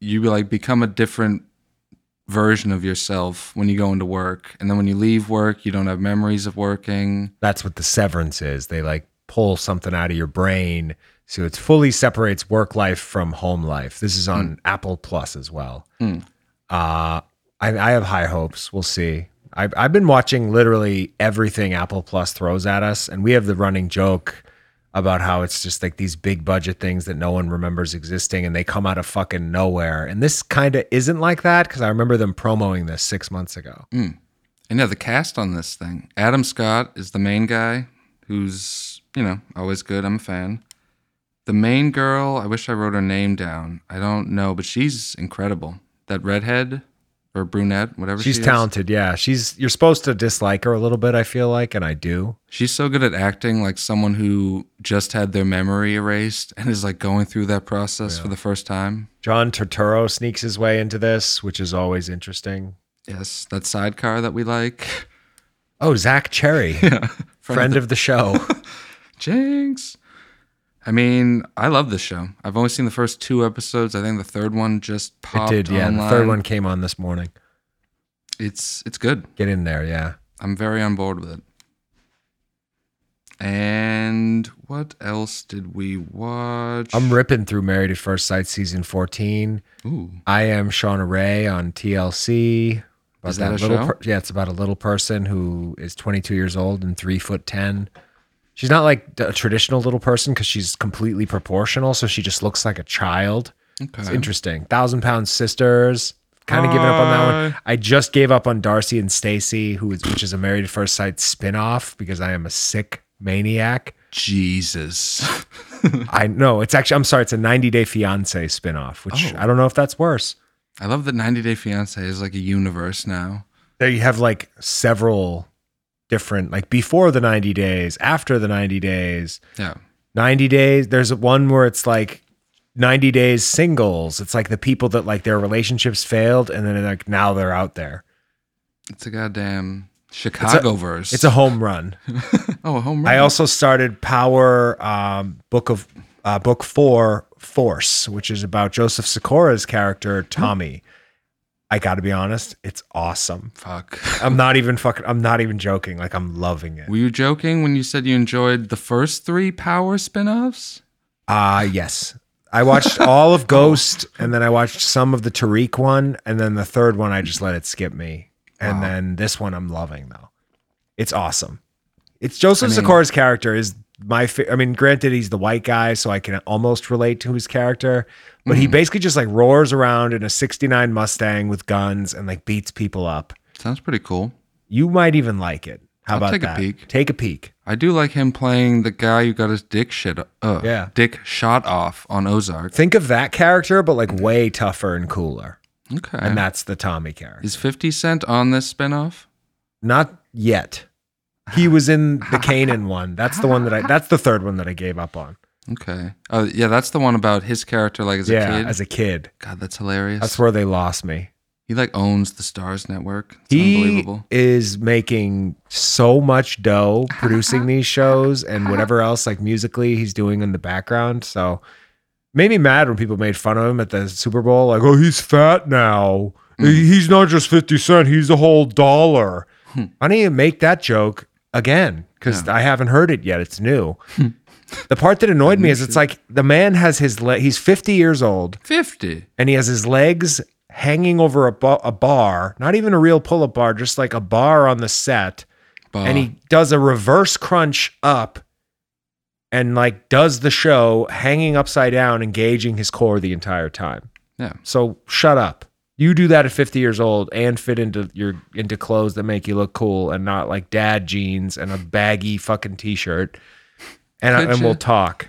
you like become a different version of yourself when you go into work. And then when you leave work, you don't have memories of working.
That's what the severance is. They like pull something out of your brain. So it fully separates work life from home life. This is on Apple Plus as well.
Mm.
Uh, I, I have high hopes. We'll see. I've, I've been watching literally everything Apple Plus throws at us, and we have the running joke about how it's just like these big budget things that no one remembers existing and they come out of fucking nowhere. And this kind of isn't like that because I remember them promoting this six months ago.
And yeah, the cast on this thing. Adam Scott is the main guy, who's you know always good. I'm a fan. The main girl, I wish I wrote her name down. I don't know, but she's incredible. That redhead or brunette, whatever.
She's
she is.
talented, yeah. She's you're supposed to dislike her a little bit, I feel like, and I do.
She's so good at acting, like someone who just had their memory erased and is like going through that process for the first time.
John Turturro sneaks his way into this, which is always interesting.
Yes, that sidecar that we like. <laughs>
Oh, Zach Cherry, friend of the show.
Jinx. I mean, I love this show. I've only seen the first two episodes. I think the third one just <laughs>
It
popped
did, yeah.
online.
The third one came on this morning.
It's it's good.
Get in there, yeah.
I'm very on board with it. And what else did we watch?
I'm ripping through Married at First Sight season 14.
Ooh,
I am Shauna Ray on TLC. About
Is that a
little
show?
per- yeah, it's about a little person who is 22 years old and three foot ten. She's not like a traditional little person because she's completely proportional, so she just looks like a child. It's
okay.
interesting. Thousand Pound Sisters. Kind of giving up on that one. I just gave up on Darcy and Stacy, who is which is a Married at First Sight spinoff because I am a sick maniac.
Jesus. <laughs>
I know it's actually I'm sorry, it's a 90 Day Fiance spinoff, which
Oh.
I don't know if that's worse.
I love that 90 Day Fiance is like a universe now.
There you have like several different like before the 90 days, after the 90 days,
Yeah.
90 days. There's one where it's like 90 days singles. It's like the people that like their relationships failed and then like now they're out there.
It's a goddamn Chicago verse.
It's a home run.
<laughs> oh a home run.
I also started Power um, Book of uh, Book Four Force, which is about Joseph Sikора's character
Hmm.
Tommy. I got to be honest, it's awesome.
Fuck.
I'm not even fucking. I'm not even joking. Like I'm loving it.
Were you joking when you said you enjoyed the first three Power spin-offs?
Ah, yes.
<laughs>
I watched all of Ghost, and then I watched some of the Tariq one, and then the third one I just let it skip me, and then this one I'm loving though. It's awesome. It's Joseph
I mean-
Sikора's character is my. Fa- I mean, granted he's the white guy, so I can almost relate to his character, but
Mm-hmm.
he basically just like roars around in a '69 Mustang with guns and like beats people up.
Sounds pretty cool.
You might even like it. How
I'll
about
take a
that?
peek.
Take a peek.
I do like him playing the guy who got his dick shit uh,
Yeah.
dick shot off on Ozark.
Think of that character, but like way tougher and cooler,
Okay.
and that's the Tommy character.
Is 50 Cent on this spinoff?
Not yet. He was in the Canaan one. That's the one that I. That's the third one that I gave up on.
Okay. Oh, yeah, that's the one about his character like as
yeah,
a kid.
as a kid.
God, that's hilarious.
That's where they lost me.
he like owns the Stars Network. It's
He
unbelievable.
is making so much dough producing these shows and whatever else like musically he's doing in the background. So made me mad when people made fun of him at the Super Bowl. Like, oh, he's fat now. He- He's not just fifty cent. He's a whole dollar. I need to make that joke again because I haven't heard it yet. It's new. the part that annoyed me is it's like the man has his le- he's fifty years old
50.
and he has his legs hanging over a, ba- a bar, not even a real pull-up bar, just like a bar on the set,
Bah.
and he does a reverse crunch up and like does the show hanging upside down engaging his core the entire time.
Yeah.
So shut up. You do that at 50 years old and fit into your into clothes that make you look cool and not like dad jeans and a baggy fucking t-shirt. And, I,
Could
and
ya?
we'll talk.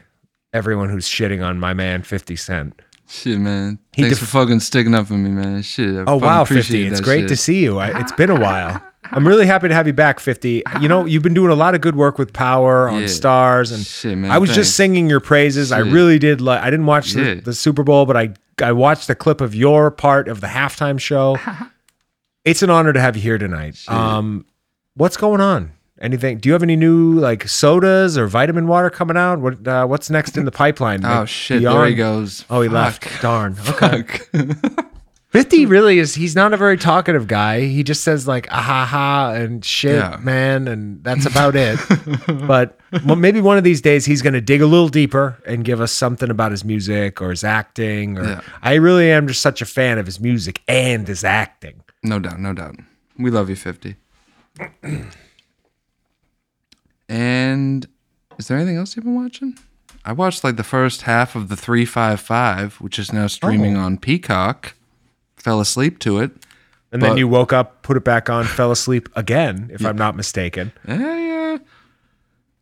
Everyone who's shitting on my man 50 Cent.
Shit, man.
He
Thanks
def-
for fucking sticking up for me, man. Shit. I
Oh
fucking
wow,
appreciate
fifty! It's
that
great
shit.
to see you. I, it's been a while. I'm really happy to have you back, fifty. You know, you've been doing a lot of good work with Power on
Yeah.
Stars, and
Shit, man,
I was
thanks.
just singing your praises. I
Shit.
really did. Like, I didn't watch
Yeah.
the, the Super Bowl, but I I watched a clip of your part of the
<laughs>
halftime show. it's an honor to have you here tonight. Um, what's going on? Anything? Do you have any new like sodas or vitamin water coming out? What uh, what's next in the pipeline?
Oh
Like,
shit! There he
beyond-
goes.
Oh, he
Fuck.
left. Darn.
<laughs>
Okay. <laughs>
Fuck.
50 really is he's not a very talkative guy he just says like ah ha ha and shit
Yeah.
man and that's about
<laughs>
it but well, maybe one of these days he's going to dig a little deeper and give us something about his music or his acting or
Yeah.
i really am just such a fan of his music and his acting
No doubt, no doubt. We love you, 50. <clears throat> and is there anything else you've been watching? I watched like the first half of the 355, which is now streaming on Peacock. Fell asleep to it.
and
But-
then you woke up put it back on fell asleep again if i'm not mistaken
Yeah, Eh, yeah.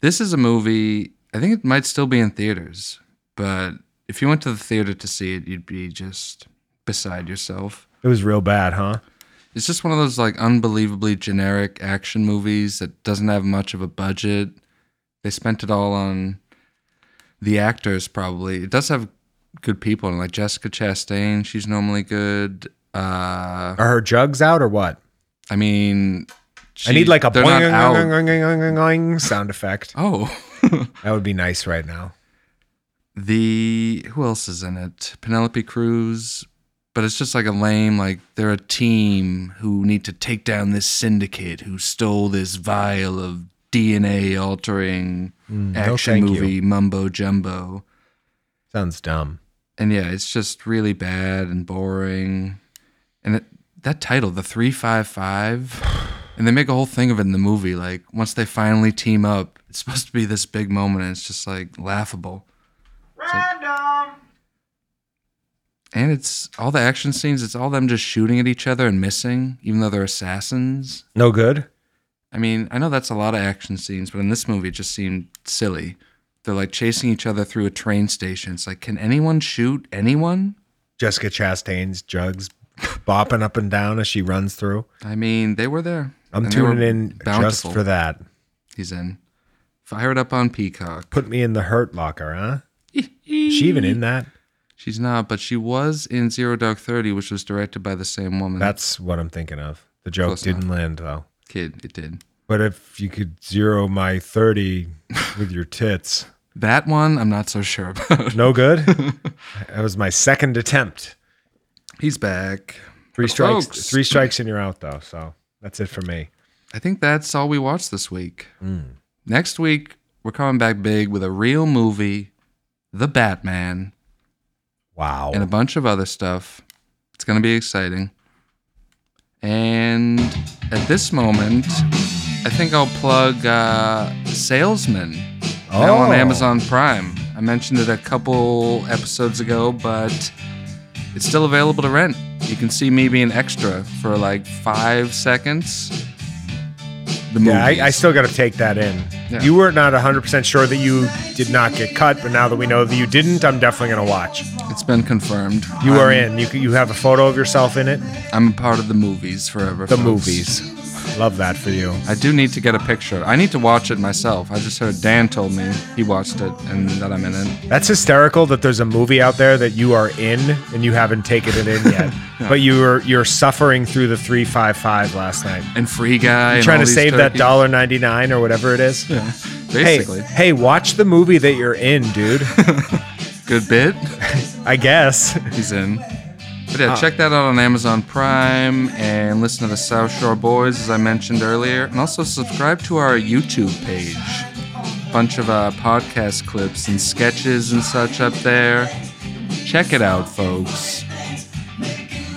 This is a movie. I think it might still be in theaters, but if you went to the theater to see it, you'd be just beside yourself.
it was real bad huh
It's just one of those like unbelievably generic action movies that doesn't have much of a budget. They spent it all on the actors probably. It does have good people and like Jessica Chastain, she's normally good. Uh
are her jugs out or what
I mean
i
she-
need like a
they're not
boing,
out.
boing, boing, boing, boing, boing sound effect
Oh. <laughs>
that would be nice right now
the who else is in it? Penelope Cruz. But it's just like a lame, like they're a team who need to take down this syndicate who stole this vial of DNA altering
Mm, no
action
thank you.
movie mumbo jumbo.
sounds dumb
And yeah, it's just really bad and boring. And it, that title, the 355, <sighs> and they make a whole thing of it in the movie. Like once they finally team up, it's supposed to be this big moment and it's just like laughable.
Random.
And it's all the action scenes, it's all them just shooting at each other and missing, even though they're assassins.
no good
I mean, I know that's a lot of action scenes, but in this movie, it just seemed silly. They're like chasing each other through a train station. It's like, can anyone shoot anyone?
Jessica Chastain's jugs bopping up and down as she runs through.
I mean, they were there.
I'm
And they were
tuning in
bountiful.
just for that.
He's in. Fire it up on Peacock. Mm-hmm.
Put me in the hurt locker, huh? Is she even in that?
She's not, but she was in Zero Dark Thirty, which was directed by the same woman.
That's what I'm thinking of. The joke
Close
didn't land though.
kid. It did
But if you could zero my 30 with your tits,
that one. I'm not so sure about.
no
<laughs>
good. that was my second attempt.
He's back.
Three
But
strikes.
folks-
Three strikes and you're out though. So that's it for me.
I think that's all we watched this week. Next week we're coming back big with a real movie, The Batman.
Wow.
and a bunch of other stuff. It's going to be exciting. And at this moment, I think I'll plug uh, Salesman now on
Oh.
Amazon Prime. I mentioned it a couple episodes ago, but it's still available to rent. You can see me being extra for like five seconds. The
yeah,
movies.
I, I still got to take that in.
Yeah.
You were not 100% sure that you did not get cut, but now that we know that you didn't, I'm definitely going to watch.
it's been confirmed.
You are
I'm-
in. You, c- you have a photo of yourself in it.
I'm a part of the movies forever.
The
folks.
movies. Love that for you.
I do need to get a picture. I need to watch it myself. I just heard Dan told me he watched it and that I'm in it.
That's hysterical that there's a movie out there that you are in and you haven't taken it
<laughs>
in yet. But you were you're suffering through the 355 last night.
And Free Guy. and
trying
all
to
these
save that
turkeys.
dollar 99 or whatever it is. Yeah.
Basically,
Hey, hey, watch the movie that you're in,
<laughs>
dude.
good
<laughs>
bit.
I guess.
He's in. But
Ah.
yeah, check that out on Amazon Prime and listen to the South Shore Boys, as I mentioned earlier. And also subscribe to our YouTube page. Bunch of uh, podcast clips and sketches and such up there. Check it out, folks.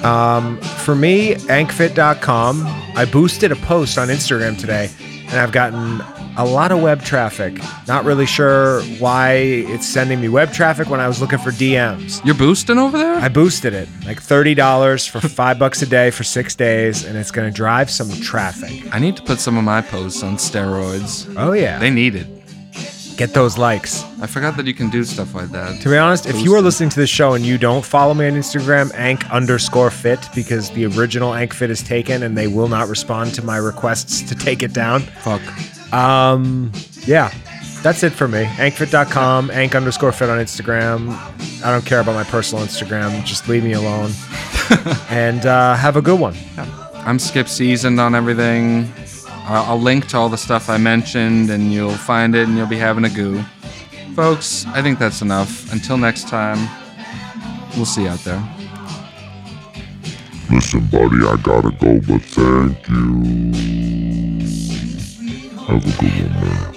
For me, ankfit.com. I boosted a post on Instagram today and I've gotten a lot of web traffic. Not really sure why it's sending me web traffic when I was looking for DMs.
You're boosting over there?
I boosted it like thirty dollars for <laughs> five bucks a day for six days, and it's gonna drive some traffic.
I need to put some of my posts on steroids.
Oh yeah,
They need it.
get those likes.
I forgot that you can do stuff like that.
To be honest, if you are
Boosting.
listening to this show and you don't follow me on Instagram, ank underscore fit, because the original ank fit is taken and they will not respond to my requests to take it down.
fuck.
Um, Yeah, that's it for me. Ankfit.com, ank underscore fit on Instagram. I don't care about my personal Instagram. Just leave me alone. and uh, have a good one.
I'm skip seasoned on everything. I'll, I'll link to all the stuff I mentioned, and you'll find it, and you'll be having a goo, folks. I think that's enough. Until next time, we'll see you out there.
Listen, buddy, I gotta go, but thank you. Have a good one, man.